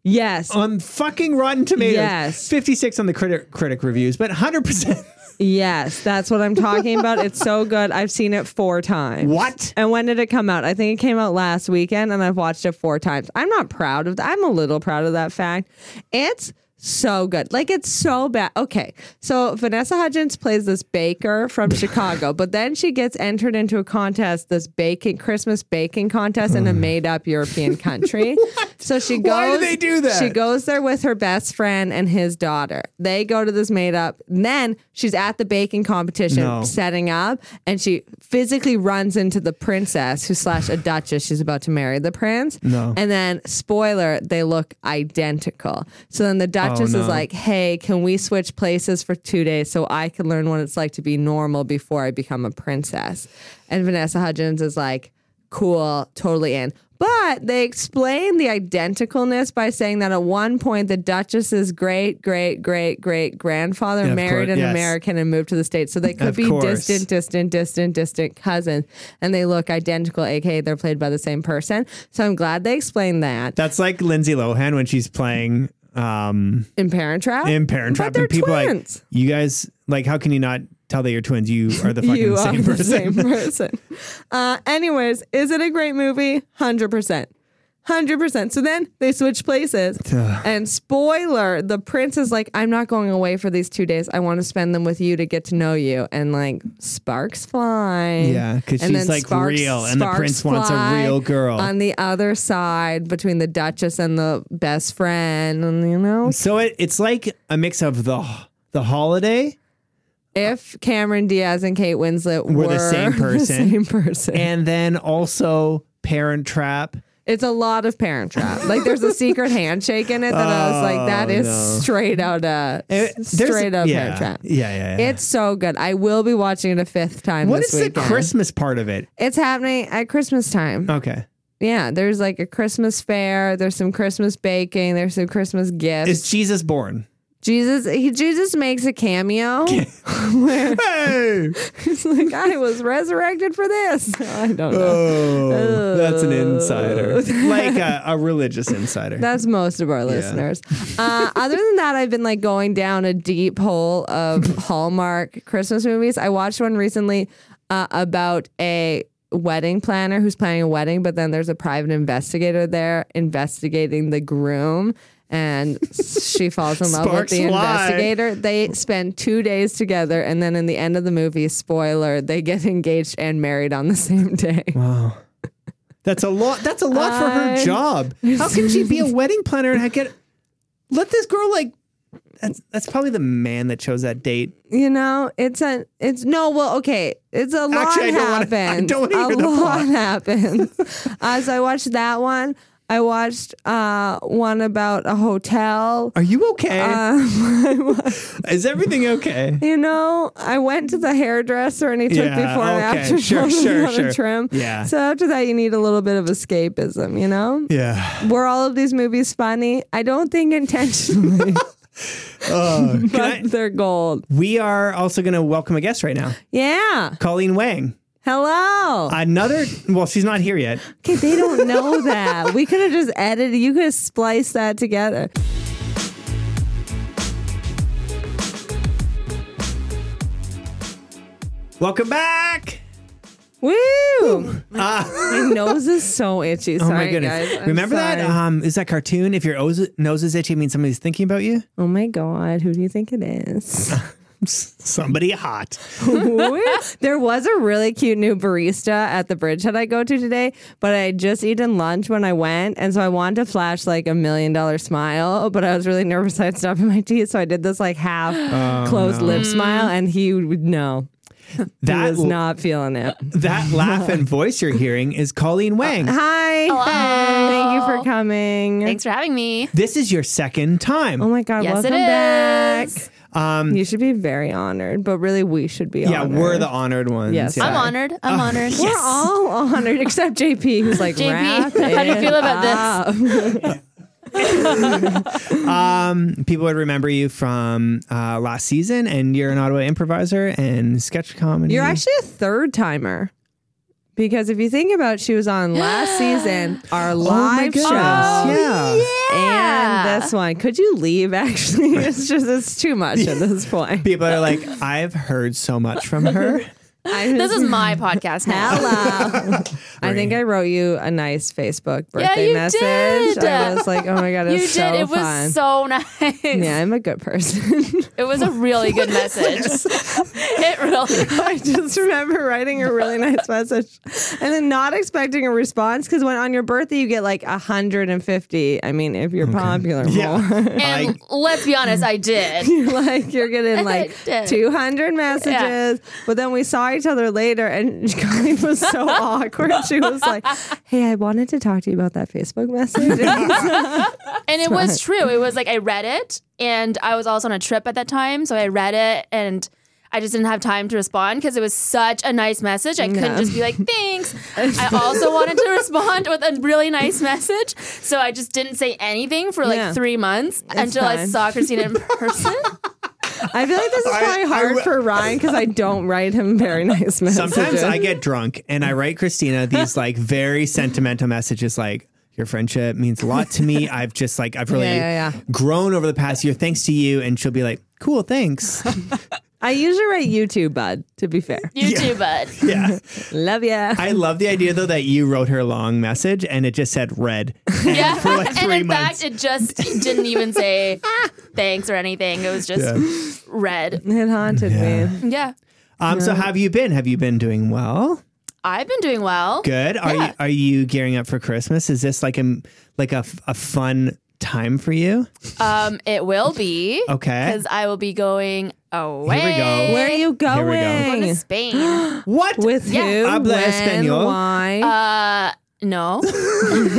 yes.
on fucking Rotten Tomatoes.
Yes.
fifty-six on the critic critic reviews, but hundred percent.
Yes, that's what I'm talking about. It's so good. I've seen it four times.
What?
And when did it come out? I think it came out last weekend and I've watched it four times. I'm not proud of that. I'm a little proud of that fact. It's so good. Like it's so bad. Okay. So Vanessa Hudgens plays this baker from Chicago, but then she gets entered into a contest, this baking Christmas baking contest in a made up European country. So she goes
Hmm. Why do they do that?
She goes there with her best friend and his daughter. They go to this made up. And then she's at the baking competition
No.
setting up, and she physically runs into the princess who slash a duchess. She's about to marry the prince.
No.
And then spoiler, they look identical. So then the duchess
Oh, no.
is like, "Hey, can we switch places for two days so I can learn what it's like to be normal before I become a princess?" And Vanessa Hudgens is like cool, totally in. But they explain the identicalness by saying that at one point the Duchess's great, great, great, great grandfather
of
married
course,
an
yes.
American and moved to the States. So they could
Of
be
course.
distant, distant, distant, distant cousins. And they look identical, aka they're played by the same person. So I'm glad they explained that
That's like Lindsay Lohan when she's playing um
in Parent Trap.
in Parent Trap,
But they're
and people are like
twins.
you guys like how can you not tell that you're twins? You are the fucking
you
same
are
person.
the same person. Uh, anyways, is it a great movie? Hundred percent. Hundred percent. So then they switch places, and spoiler: the prince is like, "I'm not going away for these two days. I want to spend them with you to get to know you." And like sparks fly.
Yeah, 'cause
And
she's,
then
like, real, and the
sparks
prince wants a
fly
real girl.
On the other side, between the duchess and the best friend, and you know,
So it, it's like a mix of the the holiday
if Cameron Diaz and Kate Winslet were,
Were the same person.
same person.
and then also Parent Trap. Uh,
It's a lot of Parent Trap. Like there's a secret handshake in it that I was like, that is straight out of
It- Oh, Eh, there's-
straight out
yeah,
Parent Trap.
Yeah, yeah, yeah.
It's so good. I will be watching it a fifth time.
what is
this
the
weekend.
Christmas part of it?
It's happening at Christmas time.
Okay.
Yeah, there's like a Christmas fair. There's some Christmas baking. There's some Christmas gifts.
Is Jesus born?
Jesus, he, Jesus makes a cameo.
Hey!
He's like, I was resurrected for this. I don't know.
Oh, that's an insider.
Oh.
Like a, a religious insider.
That's most of our listeners. Uh, other than that, I've been like going down a deep hole of Hallmark Christmas movies. I watched one recently uh, about a wedding planner who's planning a wedding, but then there's a private investigator there investigating the groom. And she falls in love with
Sparks
the
fly.
investigator. They spend two days together, and then in the end of the movie, spoiler, they get engaged and married on the same day.
That's a lot. That's a lot for her
I-
job. How can she be a wedding planner and get let this girl like? That's that's probably the man that chose that date.
You know, it's a, it's no, well, okay, it's a lot
Actually, I don't wanna- I
happens.
don't wanna hear
a
the
lot
plot.
happens. uh, so I watched that one. I watched uh, one about a hotel. Um,
Are you okay?
Uh,
Is everything okay?
You know, I went to the hairdresser and he took
Yeah,
before and
okay,
after
sure,
photos
sure,
on
sure.
a trim.
Yeah.
So after that, you need a little bit of escapism. You know,
Yeah.
were all of these movies funny? I don't think intentionally, but
I- Uh,
they're gold.
We are also going to welcome a guest right now,
Yeah.
Colleen Wang.
Hello.
Another, well, she's not here yet.
Okay, they don't know that. we could have just edited. You could have spliced that together.
Welcome back.
Woo! my nose is so itchy. Sorry,
Oh my goodness.
guys. I'm
Remember that?
sorry.
Um, is that cartoon? If your nose, nose is itchy, it means somebody's thinking about you.
oh my god, who do you think it is?
Somebody hot.
Woo. there was a really cute new barista at the bridge that I go to today, but I had just eaten lunch when I went, and so I wanted to flash like a million dollar smile, but I was really nervous I'd stop in my teeth, so I did this like half
Oh,
closed lip smile, and he would no. he
That
was not feeling it.
That laugh and voice you're hearing is Colleen Wang.
Uh, Hi. Thank you for coming.
Thanks for having me.
This is your second time.
Oh my God.
Yes, it
welcome back.
is.
you should be very honored, but really, we should be
Um, yeah,
honored.
we're the honored ones.
Yes.
Yeah.
I'm honored. I'm honored.
We're all honored except JP, who's like,
JP,
"Wrap
how do you
it
feel about this?"
up."
People would remember you from uh, last season, and you're an Ottawa improviser and sketch comedy.
You're actually a third timer. Because if you think about it, she was on last season, our
Oh my
live
goodness.
show,
Oh,
yeah.
and this one. Could you leave, actually? It's just, it's too much at this point.
People are like, I've heard so much from her.
I'm
This
just-
is my podcast now.
Hello. I think I wrote you a nice Facebook birthday
you
message.
did.
I was like, oh my God, it
You
was
did.
so
it was
fun.
so nice.
yeah, I'm a good person.
It was a really good message. it really.
I just remember writing a really nice message and then not expecting a response because when on your birthday you get like 150. I mean, if you're popular more,
And let's be honest, I did.
like you're getting like
did.
200 messages. But then we saw each other later and Colleen was so awkward. She was like, Hey, I wanted to talk to you about that Facebook message.
And it was true. It was like I read it, and I was also on a trip at that time, so I read it, and I just didn't have time to respond because it was such a nice message. I couldn't just be like, "Thanks." I also wanted to respond with a really nice message, so I just didn't say anything for like
Yeah.
three months until I
fine.
saw Christina in person.
I feel like this is probably hard for Ryan because I don't write him very nice messages.
Sometimes I get drunk and I write Christina these like very sentimental messages like your friendship means a lot to me. I've just like I've really
Yeah, yeah, yeah.
grown over the past year thanks to you and she'll be like, "Cool, thanks."
I usually write you too, bud, to be fair.
You too, bud.
yeah.
Love ya.
I love the idea though that you wrote her a long message and it just said red.
Yeah,
like,
and
three
in fact, it just didn't even say thanks or anything. It was just red.
It haunted me.
Yeah,
Um so how have you been? Have you been doing well?
I've been doing well.
Good. Are
Yeah.
you are you gearing up for Christmas? Is this like a like a, f- a fun time for you?
Um, it will be.
Okay.
Because I will be going away.
Where are you
we go.
going?
Going to Spain.
What?
With who?
Habla
when?
español.
Why?
uh, no.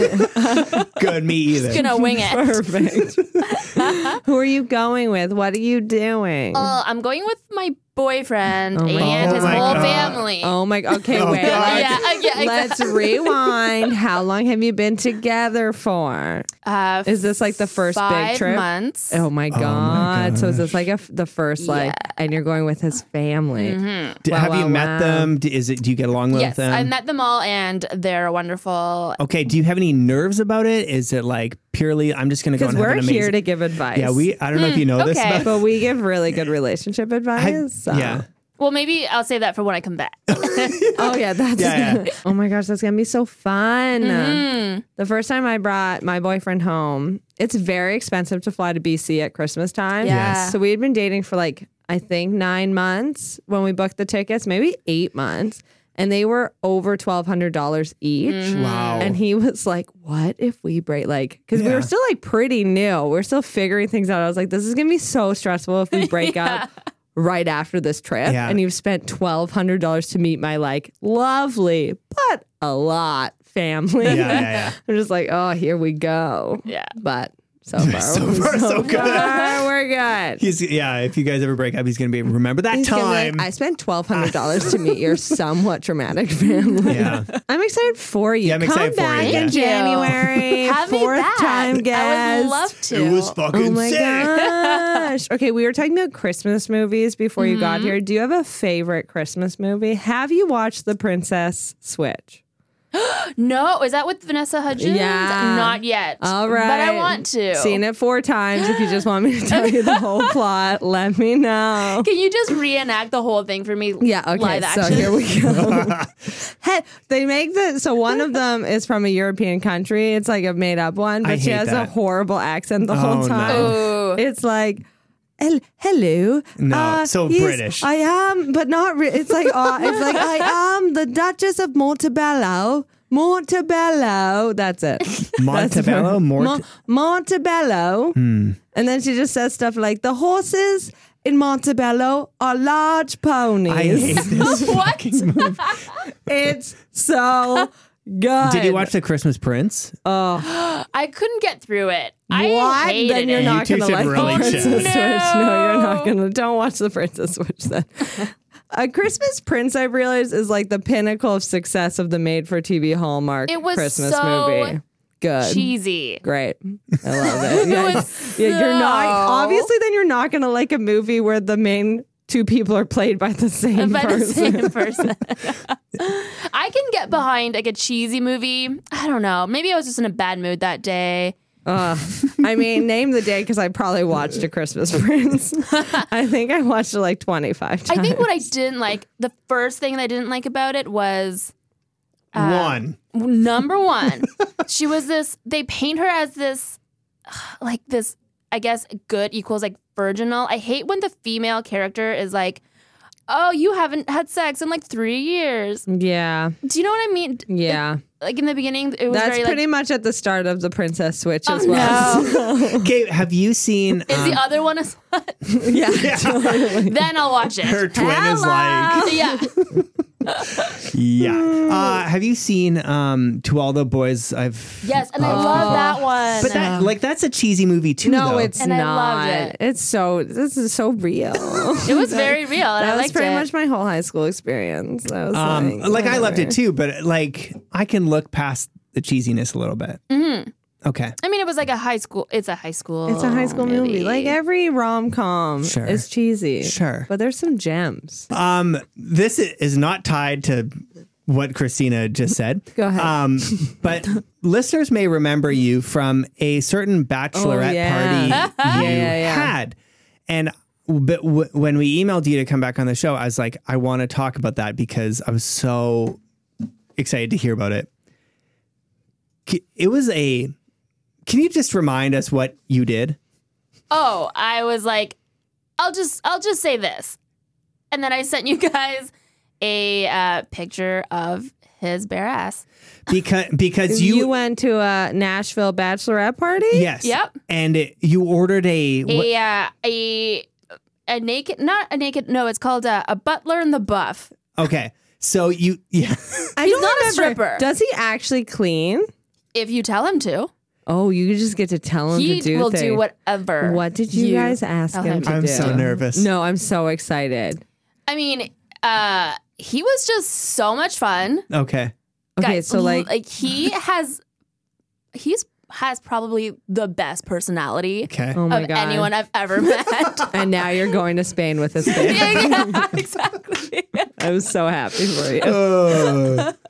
good me either.
Gonna wing it.
Perfect. who are you going with? What are you doing?
Uh, I'm going with my boyfriend
Oh my
and
God.
his
Oh my
whole
God.
family.
oh my. Okay,
Oh,
wait.
God.
yeah, uh, yeah,
Let's rewind. How long have you been together for?
Uh,
Is this like the first big
five
trip?
months.
Oh my god! so is this like a f- the first like,
Yeah. Mm-hmm.
and you're going with his family?
D-
Wow,
have you
wow,
met
wow.
them? D- Is it? Do you get along well
Yes,
with them?
I met them all, and they're wonderful.
okay. Do you have any nerves about it? Is it like purely? I'm just going to go
Because
and have
we're
an amazing.
here to give advice.
yeah, we. I don't know if you know this.
okay.
About,
But we give really good relationship advice. so-
yeah.
Well, maybe I'll say that for when I come back.
Oh yeah, that's
Yeah, yeah.
oh my gosh, that's gonna be so fun. The first time I brought my boyfriend home, it's very expensive to fly to BC at Christmas time.
Yeah. Yes.
So we had been dating for like I think nine months when we booked the tickets, maybe eight months. And they were over twelve hundred dollars each.
Wow.
hmm, And he was like, "What if we break like?" Because we were still like pretty new. We we're still figuring things out. I was like, "This is gonna be so stressful if we break up right after this trip."
Yeah.
And you've spent twelve hundred dollars to meet my like lovely but a lot family.
yeah, yeah, yeah.
I'm just like, "Oh, here we go."
Yeah.
But So far,
So far, so good.
far, we're good.
He's, yeah, if you guys ever break up, he's gonna be remember that
He's gonna be like,
time.
I spent twelve hundred dollars to meet your somewhat dramatic family.
yeah,
I'm excited for you.
Yeah, I'm
Come
excited for you,
back
yeah.
in
Thank you.
January.
Have me
fourth
back.
time
I
guest.
would love to.
fucking
Oh my gosh. Okay, we were talking about Christmas movies before you got here. Do you have a favorite Christmas movie? Have you watched The Princess Switch?
no, is that with Vanessa Hudgens?
Yeah.
Not yet.
All right.
But I want to.
Seen it four times. If you just want me to tell you the whole plot, let me know.
Can you just reenact the whole thing for me?
Yeah, okay.
Live
so
action.
here we go. hey, they make the so one of them is from a European country. It's like a made up one, but she
hate
has
that.
a horrible accent the whole
Oh,
time.
no.
It's like Hel- hello. Uh,
No, so British.
I am, but not. Re- it's like uh, it's like I am the Duchess of Montebello. Montebello. That's it.
Montebello, Mort- Hmm.
Mon- Montebello. And then she just says stuff like the horses in Montebello are large ponies.
I hate this.
What?
It's so good.
Did you watch the Christmas Prince?
I couldn't get through it. I
What?
hated
Then you're
it.
not
two
gonna like
should really
the Princess
chat.
Switch. No, you're not
No.
gonna. Don't watch the Princess Switch then. A Christmas Prince, I've realized, is like the pinnacle of success of the made-for-TV Hallmark
It was
Christmas
so
movie. Good.
Cheesy.
Great. I love it. Yeah,
was
yeah, you're not
so-
obviously then you're not gonna like a movie where the main two people are played by the same
by
person.
the same person. I can get behind like a cheesy movie. I don't know. Maybe I was just in a bad mood that day.
Ugh. I mean, name the day because I probably watched a Christmas Prince. I think I watched it like 25 times.
I think what I didn't like, the first thing that I didn't like about it was
One.
number one, she was this, they paint her as this, like this, I guess good equals like virginal. I hate when the female character is like, oh, you haven't had sex in like three years.
yeah,
Do you know what I mean?
yeah.
Like in the beginning, it was
That's
very
pretty
like,
much at the start of the Princess Switch
oh,
as well.
Okay, have you seen?
no. Is
um,
the other one a slut?
yeah.
then I'll watch it.
her twin is like,
yeah.
yeah. Uh, have you seen um, To All the Boys I've? Uh,
Yes, and I love that one.
But that, like, that's a cheesy movie too.
No,
though.
it's
And I
not.
loved it.
It's so, this is so real. that
it was very real, and I
was
liked
pretty
it.
much my whole high school experience. I was
um,
like,
like I loved it
whatever.
too, but like I can look past the cheesiness a little bit. Mm-hmm. Okay.
I mean, it was like a high school. It's a high school.
It's a high
Oh,
school movie. Like every rom com
Sure.
is cheesy.
Sure.
But there's some gems.
Um, this i- is not tied to what Christina just said.
Go ahead.
Um, but listeners may remember you from a certain
Oh,
bachelorette
yeah.
party you
yeah, yeah.
had, and. But w- when we emailed you to come back on the show, I was like, I want to talk about that because I was so excited to hear about it. C- It was a. Can you just remind us what you did?
Oh, I was like, I'll just, I'll just say this, and then I sent you guys a uh, picture of his bare ass.
Because because
You,
you,
went to a Nashville bachelorette party?
yes
Yep.
and it, you ordered a what-
A, uh, a, a naked, not a naked. No, it's called a, a butler in the buff.
Okay. So you yeah.
I
He's
don't
not a
remember.
stripper.
Does he actually clean?
If you tell him to,
Oh, you just get to tell him
he
to do
will
things.
do whatever.
What did you, guys ask
tell
him
him
to
to
do?
I'm so nervous.
No, I'm so excited.
I mean, uh, he was just so much fun.
Okay.
Okay,
Guys,
so
l-
like,
he has, he's has probably the best personality
Okay.
oh my
of
god,
anyone I've ever met.
and now you're going to Spain with his family.
yeah, exactly.
I was so happy for you.
Uh,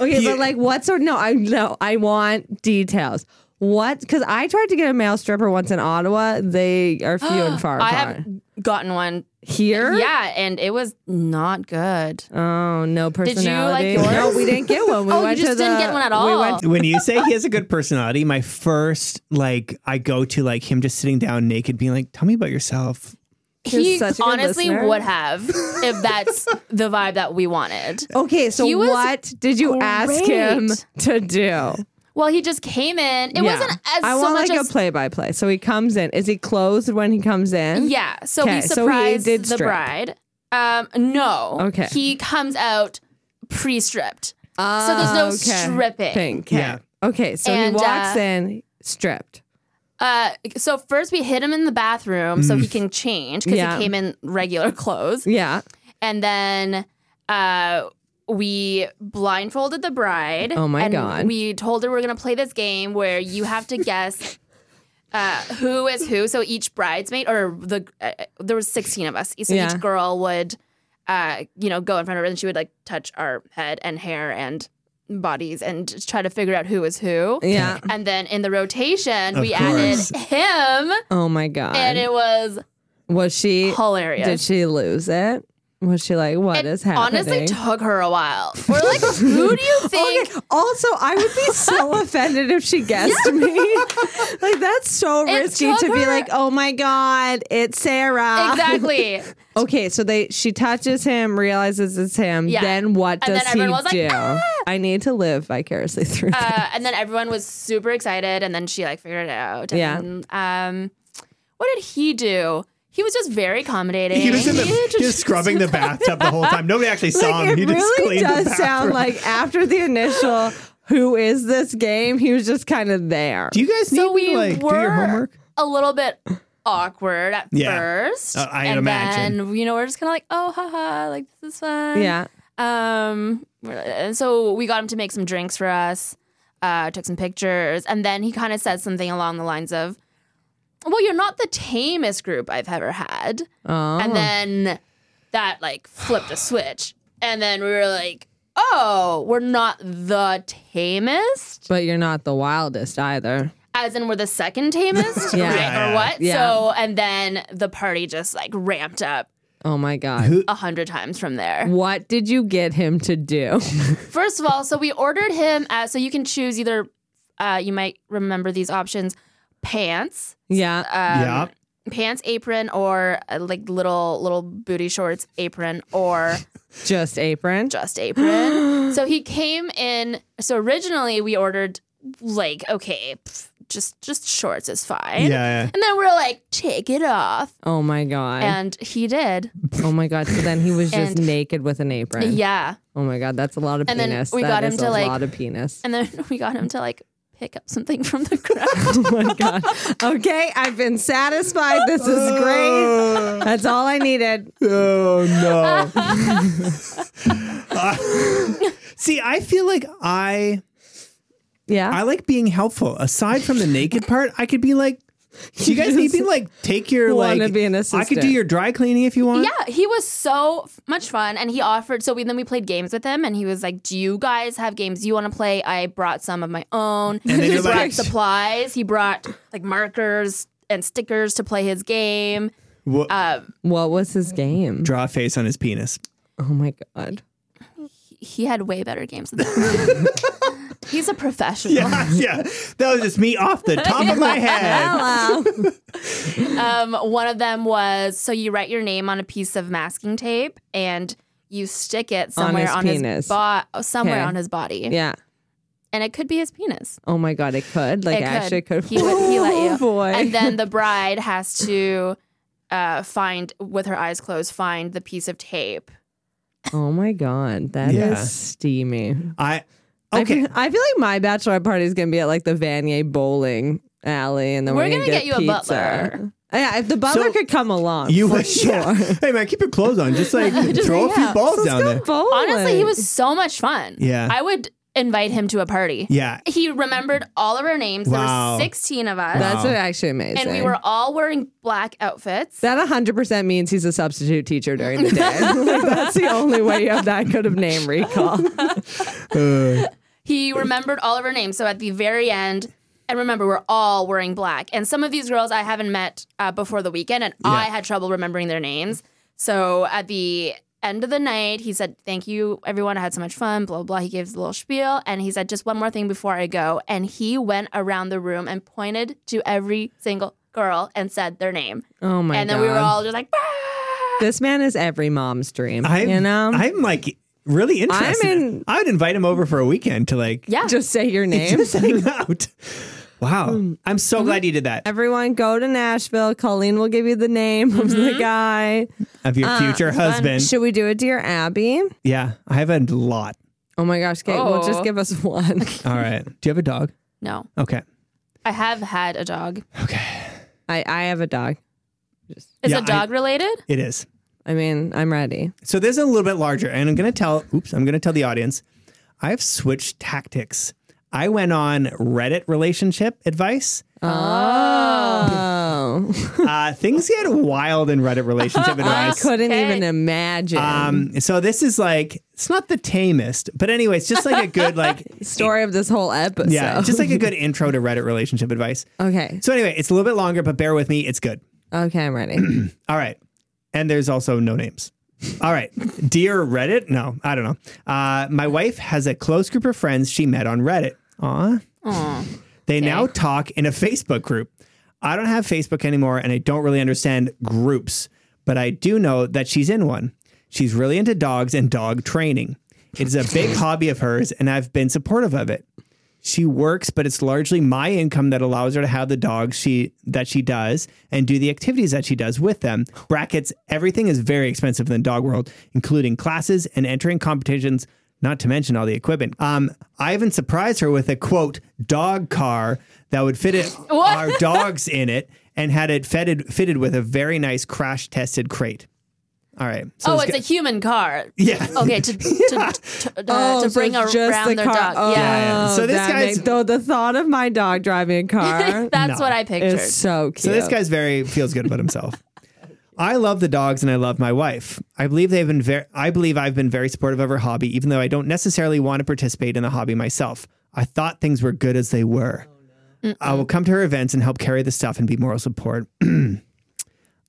Okay, but like, what sort? No, I no, I want details. What? Because I tried to get a male stripper once in Ottawa. They are few and far
I
apart.
have gotten one.
Here,
Yeah, and it was not good.
Oh, no
you like
personality.
yours?
No, we didn't get one. We
Oh, you
went
just
to the,
didn't get one at
We
all.
went
when you say he has a good personality, my first like I go to like him just sitting down naked being like, "Tell me about yourself."
He was
He
such a good
honestly
listener.
would have if that's the vibe that we wanted.
Okay, so
He was
what did you ask him
great.
to do?
Well, he just came in. It wasn't as
I
so
want
much
like
as
a play by play. So he comes in. Is he clothed when he comes in?
Yeah. So
Okay,
we
so he
surprised
did
the
strip.
bride. Um, no.
Okay.
He comes out pre-stripped.
Oh,
So there's no
okay.
stripping.
Pink, okay.
Yeah.
Okay. So
And,
he walks
uh,
in stripped.
Uh, so first we hid him in the bathroom so he can change because
Yeah.
he came in regular clothes,
Yeah.
and then uh, we blindfolded the bride.
Oh my
and
God.
We told her we're gonna play this game where you have to guess. Uh, who is who? So each bridesmaid, or the uh, there was sixteen of us. So
Yeah.
each girl would, uh, you know, go in front of her, and she would like touch our head and hair and bodies, and just try to figure out who is who.
Yeah.
And then in the rotation, we
course.
added him,
Oh my god.
and it was
was she
hilarious.
did she lose it? Was she like, what
it
is happening? Oh
honestly took her a while. We're like, who do you think?
Okay. Also, I would be so offended if she guessed me. like that's so
It
risky
took
to be
her-
like, "Oh my god, it's Sarah."
Exactly.
Okay, so they she touches him, realizes it's him.
Yeah.
Then what
And then
does
everyone
he
was like,
do?
"Ah!"
I need to live vicariously through. that.
Uh, and then everyone was super excited, and then she like figured it out.
Yeah.
And, um, what did he do? He was just very accommodating.
He was in the
He
he was scrubbing the bathtub the whole time. Nobody actually saw
Like,
him.
it
He just
really
cleaned the
does
bathroom.
sound like after the initial "Who is this game?" he was just kind of there.
Do you guys need me
so we
to like do
were
your homework?
a little bit awkward at
Yeah.
first.
Uh, I
and
imagine.
then you know we're just kind of like, oh, haha, like this is fun.
yeah.
Um, and so we got him to make some drinks for us, uh, took some pictures, and then he kind of said something along the lines of, "Well, you're not the tamest group I've ever had,"
Oh.
and then that like flipped a switch, and then we were like, "Oh, we're not the tamest."
but you're not the wildest either.
As in, we're the second tamest,
Yeah.
right?
Yeah,
or what?
yeah.
So, and then the party just like ramped up
Oh my god.
a hundred times from there.
what did you get him to do?
First of all, so we ordered him. Uh, so you can choose either. Uh, you might remember these options: pants,
yeah.
um,
yeah.
pants, apron, or uh, like little little booty shorts, apron, or
Just apron.
just apron. so he came in. So originally we ordered like okay, pff, just just shorts is fine.
Yeah.
And then we're like, take it off,
Oh my god.
and he did.
oh my god. So then he was just
And-
naked with an apron.
Yeah.
Oh my god, that's a lot of
And then
penis.
we
That
got him
is
to,
a
like-
lot of penis.
And then we got him to like pick up something from the ground.
Oh my god. Okay, I've been satisfied. This is great.
Uh,
That's all I needed.
oh no. Uh, see, I feel like I I
Yeah.
like being helpful. Aside from the naked part, I could be like, do you guys need me to like take your
Wanna
like?
be an
I could
assistant.
do your dry cleaning if you want.
Yeah, he was so f- much fun, and he offered. So we then we played games with him, and he was like, "Do you guys have games you want to play? I brought some of my own.
then
he
you're
brought
like-
supplies. He brought like markers and stickers to play his game.
Wha-
What was his game?
draw a face on his penis.
Oh my god.
He had way better games than that. He's a professional.
yeah, that was just me off the top of my head.
Hello.
Um, one of them was so you write your name on a piece of masking tape and you stick it somewhere
his
on his,
penis.
bo- somewhere
Okay.
on his body,
yeah.
and it could be his penis.
Oh my god, it could. Like
It
actually could.
He would. He let you.
Oh boy.
And then the bride has to uh, find, with her eyes closed, find the piece of tape.
oh my god. that is
Yeah.
steamy.
I
I
okay.
feel- I feel, like my bachelor party is gonna be at like the Vanier bowling alley, and then we're,
We're gonna get you a
pizza.
butler.
Yeah, if the butler
So-
could come along,
You
for
were
sure.
Hey man, keep your clothes on. Just like throw a
hang
few
out.
balls
Let's
down
go
there.
bowling.
Honestly, he was so much fun.
Yeah.
I would invite him to a party.
Yeah.
He remembered all of our names. There
Wow.
were 16 of us.
That's
Wow.
actually amazing.
And we were all wearing black outfits.
That 100% means he's a substitute teacher during the day. Like, that's the only way you have that good of name recall.
Uh,
He remembered all of her names. So at the very end, and remember, we're all wearing black. And some of these girls I haven't met uh, before the weekend, and I had trouble remembering their names. So at the end of the night, he said, Thank you, everyone. I had so much fun, blah, blah, blah. He gave his little spiel. And he said, Just one more thing before I go. And he went around the room and pointed to every single girl and said their name.
Oh my
and
God.
then we were all just like, "Ah!"
This man is every mom's dream.
I
you know?
I'm like really interested.
I'm
I'm
in-
I would invite him over for a weekend to like
Yeah.
Just say your name.
just hang out. Wow,
Um,
I'm
mm-hmm.
so glad you did that.
Everyone go to Nashville. Colleen will give you the name of the
Mm-hmm.
guy.
Of your future husband.
Should we do a Dear Abby?
Yeah, I have a lot.
Oh my gosh, Kate, well,
Oh.
just give us one.
All right. Do you have a dog?
no,
Okay.
I have had a dog.
I, I have a dog.
Is
Yeah,
it
I-
dog related?
It is.
I mean, I'm ready.
So this is a little bit larger, and I'm going to tell. Oops, I'm going to tell the audience. I've switched tactics. I went on Reddit relationship advice.
Oh,
Uh, things get wild in Reddit relationship
I
advice.
couldn't
Okay.
even imagine.
Um, so this is like it's not the tamest, but anyway, it's just like a good like
Story of this whole episode.
yeah, it's just like a good intro to Reddit relationship advice.
okay,
So anyway, it's a little bit longer, but bear with me, it's good.
okay, I'm ready.
All right. And there's also no names. All right. Dear Reddit, no, I don't know. Uh, my wife has a close group of friends she met on Reddit. Aw. They now talk in a Facebook group. I don't have Facebook anymore and I don't really understand groups, but I do know that she's in one. She's really into dogs and dog training. It is a big hobby of hers and I've been supportive of it. She works, but it's largely my income that allows her to have the dogs she that she does and do the activities that she does with them. Brackets, everything is very expensive in the dog world, including classes and entering competitions, not to mention all the equipment. Um, I even surprised her with a quote dog car that would fit it,
What?
our dogs in it and had it fitted fitted with a very nice crash tested crate. All right. So
oh,
this
it's
guy-
a human car.
yeah.
Okay, to to, to, uh,
Oh,
to
so
bring
just
around
the
their
car-
dog.
Oh,
yeah,
yeah. So this
that
guy's-
make- though the thought of my dog driving a car
that's what I pictured.
is so cute.
So this guy's very feels good about himself. I love the dogs and I love my wife. I believe they've been very I believe I've been very supportive of her hobby even though I don't necessarily want to participate in the hobby myself. I thought things were good as they were. I will come to her events and help carry the stuff and be moral support.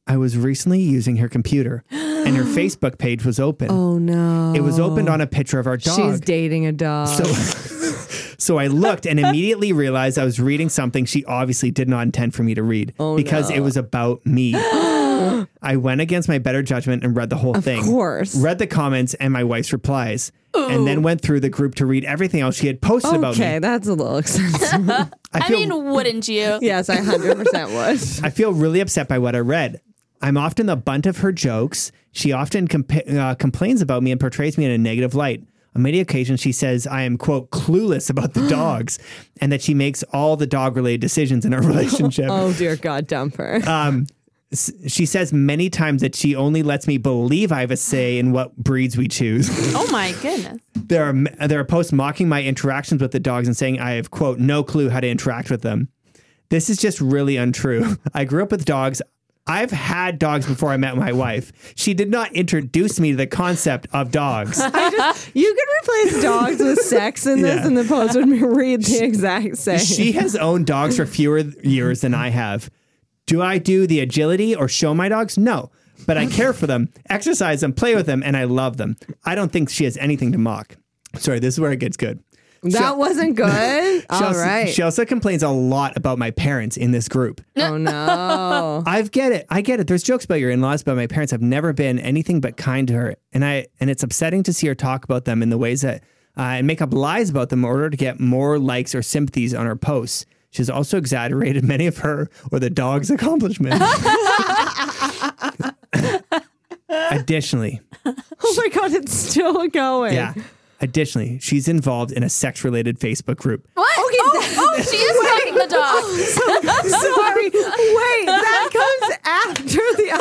I was recently using her computer and her Facebook page was open.
Oh no,
It was opened on a picture of our dog.
she's dating a dog.
So,
Um,
so I looked and immediately realized I was reading something she obviously did not intend for me to read
Oh,
because it was about me. I went against my better judgment and read the whole thing. Of
course.
Read the comments and my wife's replies, and then went through the group to read everything else she had posted about
okay,
me.
that's a little expensive.
I,
feel-
mean, wouldn't you?
yes, I hundred percent was.
I feel really upset by what I read. I'm often the bunt of her jokes. She often compa- uh, complains about me and portrays me in a negative light. On many occasions, she says I am, quote, clueless about the dogs and that she makes all the dog related decisions in our relationship.
Oh dear God, dumper.
S- She says many times that she only lets me believe I have a say in what breeds we choose.
Oh my goodness.
there, are, m- there are posts mocking my interactions with the dogs and saying I have, quote, no clue how to interact with them. This is just really untrue. I grew up with dogs. I've had dogs before I met my wife. She did not introduce me to the concept of dogs.
you could replace dogs with sex in this,
Yeah.
and the post would read the exact same.
she has owned dogs for fewer years than I have. Do I do the agility or show my dogs? No. But I care for them, exercise them, play with them, and I love them. I don't think she has anything to mock. Sorry, this is where it gets good.
that wasn't good.
She
All
also-
right.
She also complains a lot about my parents in this group.
Oh no.
I've get it. I get it. There's jokes about your in-laws, but my parents have never been anything but kind to her, and I and it's upsetting to see her talk about them in the ways that uh, and make up lies about them in order to get more likes or sympathies on her posts. She's also exaggerated many of her or the dog's accomplishments. Additionally,
Oh my god, it's still going.
yeah. Additionally, she's involved in a sex-related Facebook group.
What? oh, oh, she is fucking the dog.
Sorry. Wait, that comes after the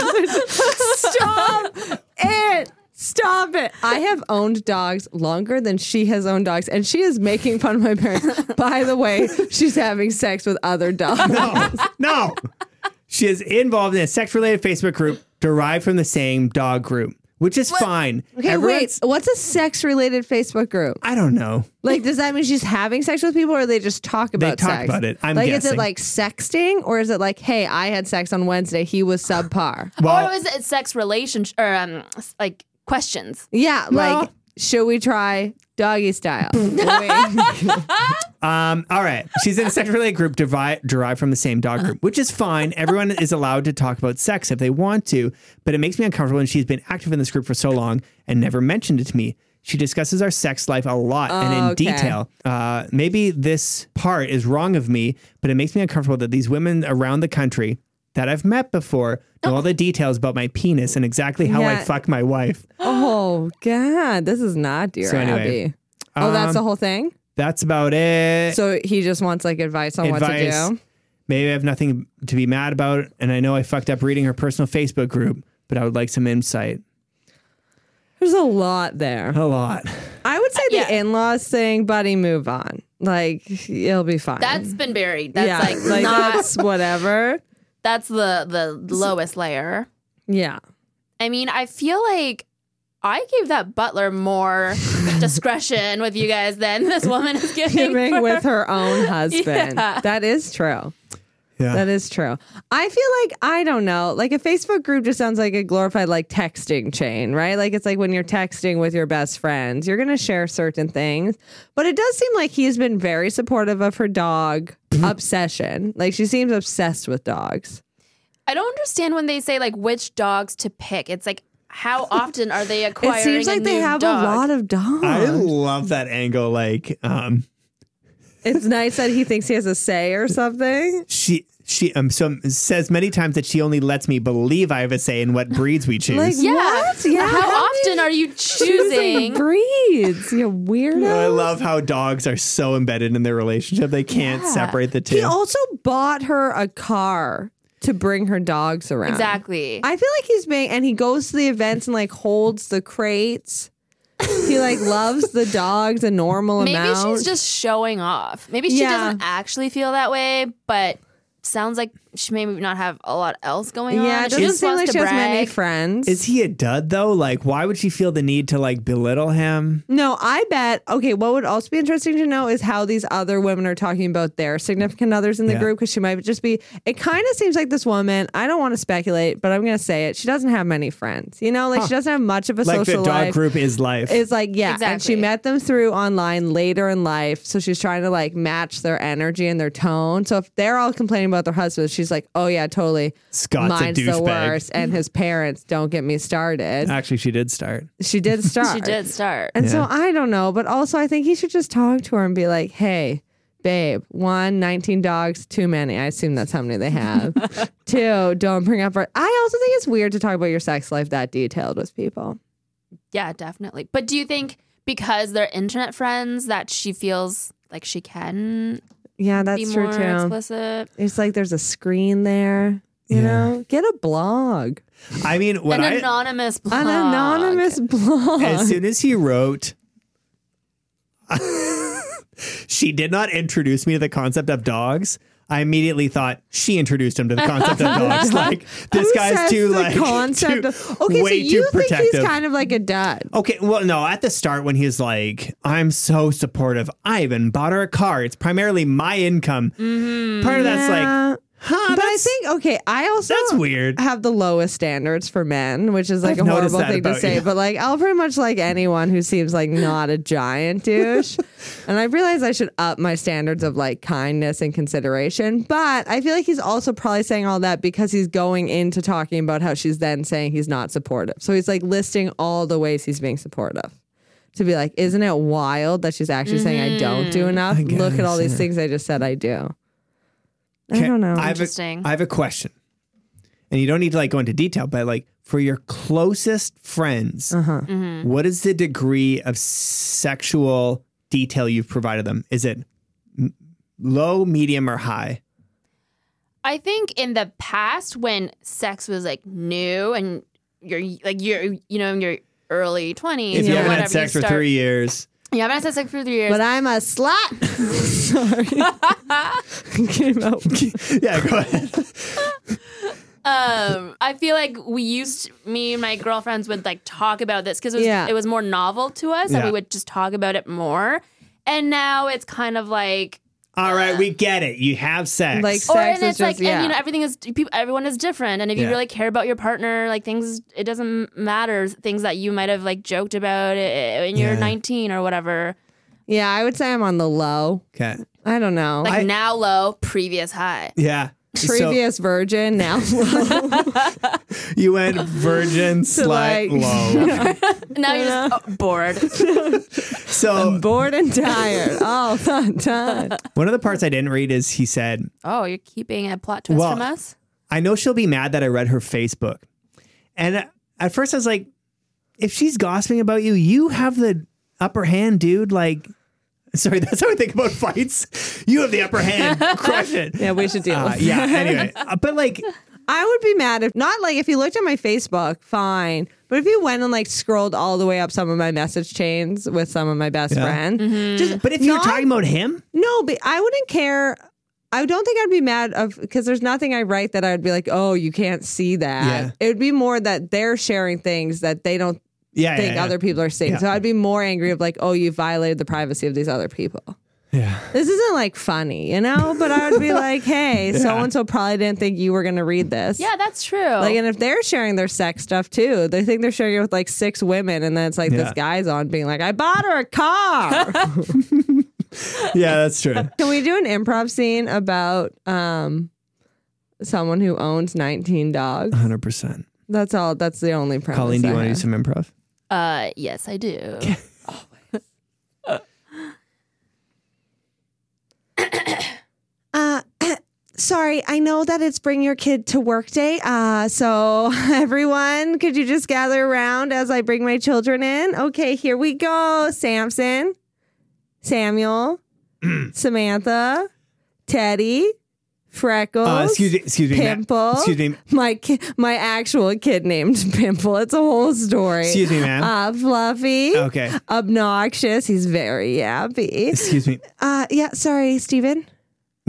other. Stop it. Stop it. I have owned dogs longer than she has owned dogs, and she is making fun of my parents. By the way, she's having sex with other dogs.
No, no. She is involved in a sex related Facebook group derived from the same dog group, which is fine.
Okay,
Everyone's-
wait. What's a sex related Facebook group?
I don't know.
Like, does that mean she's having sex with people or they just talk about
talk
sex?
about it. I'm
like, is
guessing.
it like sexting or is it like, hey, I had sex on Wednesday, he was subpar?
Well,
or was Oh, it sex relationship or um s- like questions?
Yeah, like
No.
should we try doggy style? Wait.
um, all right. She's in a sex related group devi- derived from the same dog group, which is fine. Everyone is allowed to talk about sex if they want to, but it makes me uncomfortable. And she's been active in this group for so long and never mentioned it to me. She discusses our sex life a lot and in
Okay.
detail. Uh, maybe this part is wrong of me, but it makes me uncomfortable that these women around the country that I've met before know all the details about my penis and exactly how I
Yeah.
fuck my wife.
oh god, this is not dear
So anyway, um, eh,
Abby. Oh, that's the whole thing.
That's about it.
So he just wants like advice on what to do.
Maybe I have nothing to be mad about, and I know I fucked up reading her personal Facebook group, but I would like some insight.
There's a lot there.
A lot.
I would say the
yeah.
in-laws thing, buddy, move on. Like it'll be fine.
That's been buried. That's
yeah,
like, not. That's,
that's whatever.
the the lowest layer.
Yeah.
I mean, I feel like I gave that butler more discretion with you guys than this woman is giving.
Giving
for-
with her own husband.
Yeah.
That is true.
Yeah.
That is true. I feel like I don't know. Like a Facebook group just sounds like a glorified like texting chain, right? Like it's like when you're texting with your best friends, you're gonna share certain things. But it does seem like he's been very supportive of her dog obsession. Like she seems obsessed with dogs.
I don't understand when they say like which dogs to pick. It's like how often are they acquiring?
it seems
a
like they
new
have
dog?
a lot of dogs.
I love that angle. Like, um,
It's nice that he thinks he has a say or something.
she she um so says many times that she only lets me believe I have a say in what breeds we choose.
Like
Yeah.
what? Yeah.
How often are you
choosing
choosing?
breeds? You weirdo.
I love how dogs are so embedded in their relationship they can't
Yeah.
separate the
He
two.
also bought her a car to bring her dogs around.
Exactly.
I feel like he's being, and he goes to the events and like holds the crates. he like loves the dogs a normal
Maybe
amount.
she's just showing off. Maybe she
Yeah.
doesn't actually feel that way, but sounds like she maybe not have a lot else going on.
yeah. It
she
doesn't
just
seem
wants
like
to
she has many
brag.
friends.
Is he a dud though? Like, why would she feel the need to like belittle him?
No, I bet. Okay, what would also be interesting to know is how these other women are talking about their significant others in the
Yeah.
group because she might just be. It kind of seems like this woman. I don't want to speculate, but I'm going to say it. She doesn't have many friends. You know, like she doesn't have much of a
Like the
social
dog
life.
group is life.
It's like yeah, and she
Exactly.
met them through online later in life, so she's trying to like match their energy and their tone. So if they're all complaining about their husbands, she's like, oh yeah, totally.
Scott's a
Mine's the
douchebag.
worst, and his parents don't get me started.
Actually, she did start.
She did start.
She did start.
And so I don't know, but also I think he should just talk to her and be like, hey, babe, one, 19 dogs, too many. I assume that's how many they have. Two, don't bring up. Our- I also think it's weird to talk about your sex life that detailed with people.
Yeah, definitely. But do you think because they're internet friends that she feels like she can
Yeah,
be
that's true
more
too.
explicit?
It's like there's a screen there. You
Yeah.
know, get a blog,
I mean, when
An
I
anonymous blog.
an anonymous blog.
as soon as he wrote she did not introduce me to the concept of dogs i immediately thought she introduced him to the concept of dogs like this
Who
guy's
says
too
the
like
concept.
too,
of- okay, so
way
you
too
think
protective
he's kind of like a dud.
Okay, well, no, at the start when he's like, I'm so supportive. I even bought her a car. It's primarily my income. Part of that's
Mm-hmm. Yeah.
like, huh,
But I
that's-
think okay, I also
that's weird.
have the lowest standards for men, which is like a
I've noticed
horrible
that
thing to
about
say.
you.
But like, I'll pretty much like anyone who seems like not a giant douche. and I realize I should up my standards of like kindness and consideration. But I feel like he's also probably saying all that because he's going into talking about how she's then saying he's not supportive. So he's like listing all the ways he's being supportive. To be like, isn't it wild that she's actually saying I don't
Mm-hmm.
do enough? Look at all these things I just said I do. I don't know.
have
Interesting.
A, I have a question. And you don't need to like go into detail, but like for your closest friends,
Uh-huh.
Mm-hmm.
Mm-hmm.
what is the degree of sexual detail you've provided them? Is it m- low, medium, or high?
I think in the past when sex was like new and you're like you're you know in your early twenties
If you
or
haven't
whatever,
had sex for
you start,
three years,
you haven't had sex like for three years.
But I'm a slut. Sorry. Came out.
yeah, go ahead.
um, I feel like we used me and my girlfriends would like talk about this because it, was
Yeah.
it was more novel to us, and
Yeah.
we would just talk about it more. And now it's kind of like,
All right, we get it. You have sex. Oh.
Like,
or
Sex
and
is
it's like,
just- yeah.
and you know, everything is people, everyone is different, and if
Yeah.
you really care about your partner, like things, it doesn't matter things that you might have like joked about it when you're
Yeah.
19 or whatever.
Yeah, I would say I'm on the low.
okay.
I don't know.
Like
I-
now low, previous high.
Yeah.
Previous virgin, now low.
So you went virgin slight
like-
low.
Now you're just oh, bored.
So
bored and tired all the time.
one of the parts I didn't read is he said,
oh, you're keeping a plot twist
Well,
from us.
I know she'll be mad that I read her Facebook. And at first I was like, if she's gossiping about you, you have the upper hand, dude. Like, Sorry, that's how I think about fights. You have the upper hand. Crush it.
Yeah, we should deal
Uh,
with
yeah. Anyway, Uh, but like,
I would be mad if not like if you looked at my Facebook, fine. But if you went and like scrolled all the way up some of my message chains with some of my best friends, just
but if you're
Not-
talking about him,
no, but I wouldn't care. I don't think I'd be mad of because there's nothing I write that I'd be like, oh, you can't see that.
Yeah.
It would be more that they're sharing things that they don't
yeah,
think
yeah,
other people are seeing.
Yeah.
So I'd be more angry of like, oh, you violated the privacy of these other people.
yeah.
This isn't like funny, you know. But I would be like, hey, so and so probably didn't think you were going to read this.
Yeah, that's true.
Like, and if they're sharing their sex stuff too, they think they're sharing it with like six women, and then it's like this
Yeah.
guy's on being like, "I bought her a car."
yeah, yeah. That's true.
Can we do an improv scene about um someone who owns nineteen dogs?
Hundred percent.
That's all. That's the only premise.
Uh-huh. Colleen, do you
I
want to do
have.
some improv?
uh, yes, I do.
Uh, sorry, I know that it's bring your kid to work day. Uh, so everyone, could you just gather around as I bring my children in? Okay, here we go. Samson, Samuel, Samantha, Teddy, Freckles.
Uh, excuse me. Excuse me. ma'am.
Oh, Pimple.
Excuse me.
My ki- my actual kid named Pimple. It's a whole story.
Excuse me, ma'am.
Uh, fluffy.
okay.
Obnoxious. He's very happy.
Excuse me.
Uh, yeah. Sorry, Steven.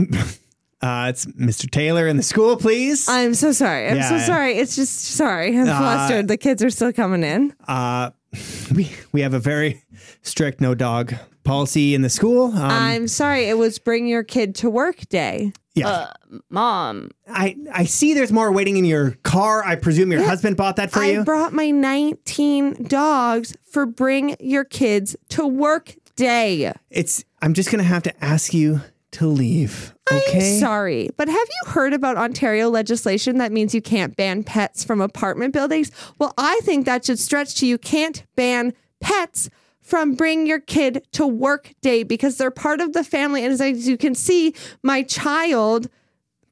Uh, it's Mr. Taylor in the school, please.
I'm so sorry. I'm
Yeah,
so
yeah.
sorry. It's just sorry. I'm flustered. The kids are still coming in.
Uh, we we have a very strict no dog policy in the school. Um,
I'm sorry. It was bring your kid to work day.
yeah.
Mom,
I I see. There's more waiting in your car. I presume your husband bought that for
I
you.
brought my 19 dogs for bring your kids to work day.
it's. I'm just gonna have to ask you to leave. Okay.
I'm sorry, but have you heard about Ontario legislation that means you can't ban pets from apartment buildings? Well, I think that should stretch to you can't ban pets from bring your kid to work day because they're part of the family. And as you can see, my child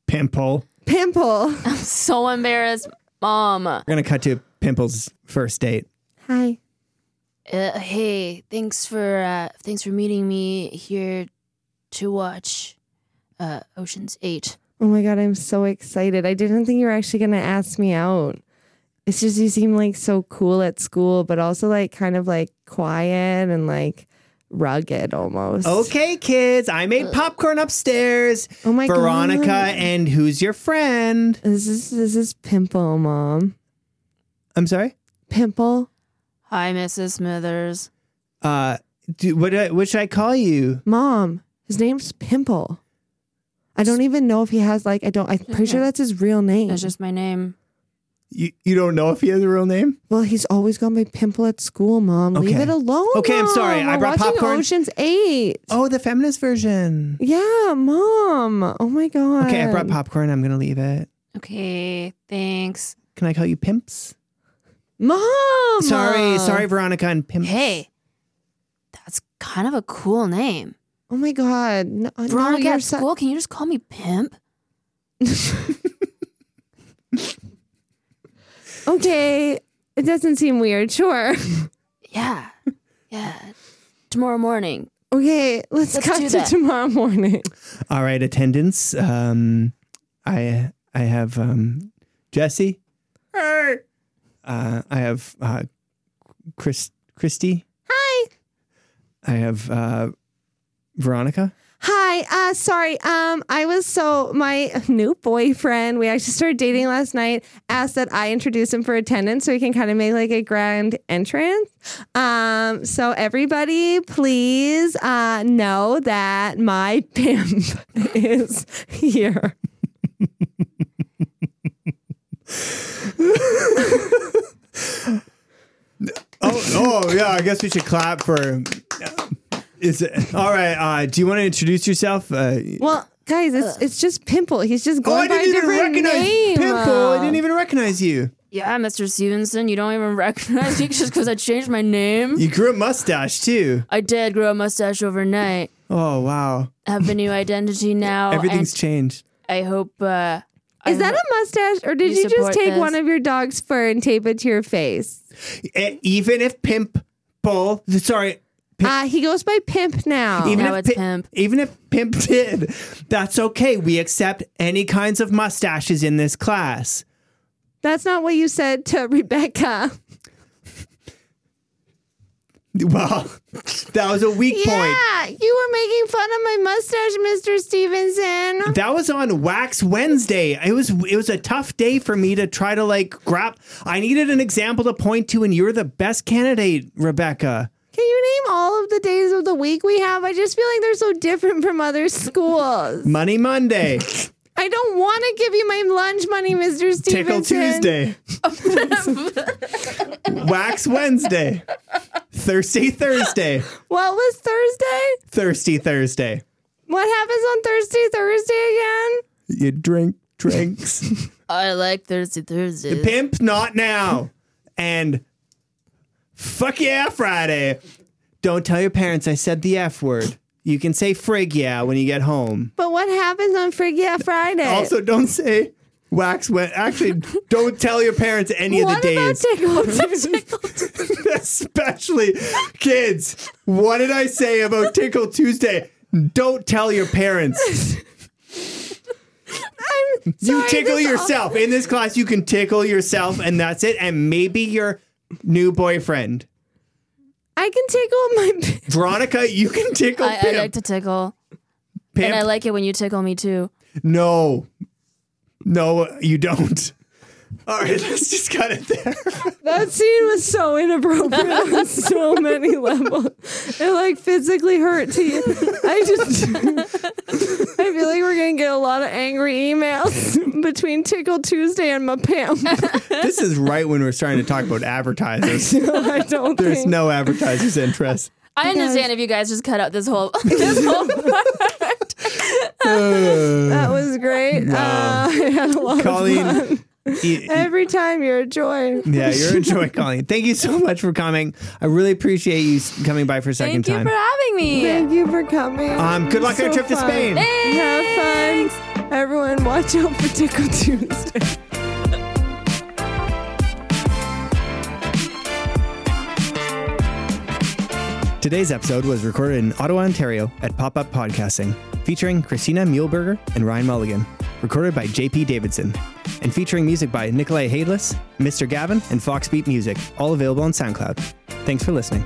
Pimple.
Pimple.
I'm so embarrassed. Mom,
We're gonna cut to Pimple's first date.
Hi.
uh, hey, thanks for uh, thanks for meeting me here to watch uh, Ocean's Eight.
Oh my god, I'm so excited. I didn't think you were actually gonna ask me out. It's just you seem like so cool at school, but also like kind of like quiet and like rugged almost.
Okay, kids. I made popcorn upstairs.
Oh my
Veronica
god.
and who's your friend?
This is this is pimple, mom.
I'm sorry.
Pimple,
Hi, Mrs. Smithers.
Uh, do, what, do I- what should I call you?
mom. His name's Pimple. I don't even know if he has like I don't. I'm pretty sure that's his real name.
That's just my name.
You you don't know if he has a real name?
Well, he's always gone by Pimple at school, mom. Leave
Okay.
it alone.
Okay, I'm sorry.
Mom.
I
We're
brought
watching
popcorn.
Ocean's Eight.
Oh, the feminist version.
Yeah, mom. Oh my god.
Okay, I brought popcorn. I'm gonna leave it.
Okay, thanks.
Can I call you pimps?
Mom.
Sorry, sorry, Veronica and pimps.
Hey, that's kind of a cool name.
Oh my god. No, no,
Veronica
you're
at
so-
school, can you just call me Pimp?
Okay. It doesn't seem weird. Sure.
Yeah, yeah. Tomorrow morning.
Okay, let's,
Let's
cut
do
to
that.
tomorrow morning.
All right, attendance. Um, I I have um, Jesse. Uh, I have uh, Chris Christy.
Hi.
I have uh, Veronica.
Hi. Uh sorry. Um I was so my new boyfriend, we actually started dating last night, asked that I introduce him for attendance so we can kind of make like a grand entrance. Um so everybody please uh know that my pimp is here.
Oh, oh yeah. I guess we should clap for. Is it, all right. Uh, do you want to introduce yourself? Uh, Oh,
Well, guys, it's it's just Pimple. He's just going by a different name.
Pimple. I didn't even recognize you.
Yeah, Mr. Stevenson, you don't even recognize me just because I changed my name.
You grew a mustache too.
I did grow a mustache overnight.
Oh wow.
I have a new identity now.
Everything's changed.
Oh, And I hope. Uh, I
Is that
ho-
a mustache, or did
You
you, just
support
take
this?
one of your dog's fur and tape it to your face?
E- Even if Pimple, sorry,
Uh, he goes by pimp now.
Even-
Yeah.
Oh, Now it's
Pi-
Pimp.
Even if Pimp did, that's okay. We accept any kinds of mustaches in this class.
That's not what you said to Rebecca.
Well, that was a weak point.
Yeah, you were making fun of my mustache, Mr. Stevenson.
That was on Wax Wednesday. It was it was a tough day for me to try to like grab. I needed an example to point to, and you're the best candidate, Rebecca.
Can you name all of the days of the week we have? I just feel like they're so different from other schools.
Money Monday,
I don't want to give you my lunch money, Mr. Stevenson.
Tickle Tuesday, Wax Wednesday, Thirsty Thursday,
What was Thursday?
Thirsty Thursday.
What happens on Thursday, Thursday again?
You drink drinks.
I like Thursday Thursday.
Pimp not now. And fuck yeah, Friday. Don't tell your parents I said the F word. You can say frig yeah when you get home.
But what happens on Frigia Friday?
Also, don't say wax wet. Actually, don't tell your parents any
what
of the
about
days,
Tickle Tuesday?
especially kids. What did I say about Tickle Tuesday? Don't tell your parents.
I'm
You
sorry,
tickle
this all-
yourself. In this class, you can tickle yourself, and that's it. And maybe your new boyfriend.
I can tickle my.
Veronica, you can tickle
I, I
Pimp.
like to tickle.
Pimp.
And I like it when you tickle me too.
no. No, you don't. All right, let's just cut it there.
That scene was so inappropriate on so many levels. It like physically hurt to you. I just, I feel like we're gonna get a lot of angry emails between Tickle Tuesday and my Pam.
This is right when we're starting to talk about advertisers.
I don't
There's
think.
no advertisers' interest.
I understand if you guys just cut out this whole this whole part.
that was great. Uh, I had a lot of fun.
Colleen. y- y-
Every time you're a joy.
yeah, you're a joy, Colleen. Thank you so much for coming. I really appreciate you s- coming by for a second
Thank you
time.
for having me.
Thank you for coming.
um, good luck on
So
your trip
fun.
to Spain.
Have fun. Everyone, watch out for Tickle Tuesday.
Today's episode was recorded in Ottawa, Ontario at Pop Up Podcasting, featuring Christina Muehlberger and Ryan Mulligan, recorded by JP Davidson, and featuring music by Nikolai Hadeless, Mr. Gavin, and Foxbeat Music, all available on SoundCloud. Thanks for listening.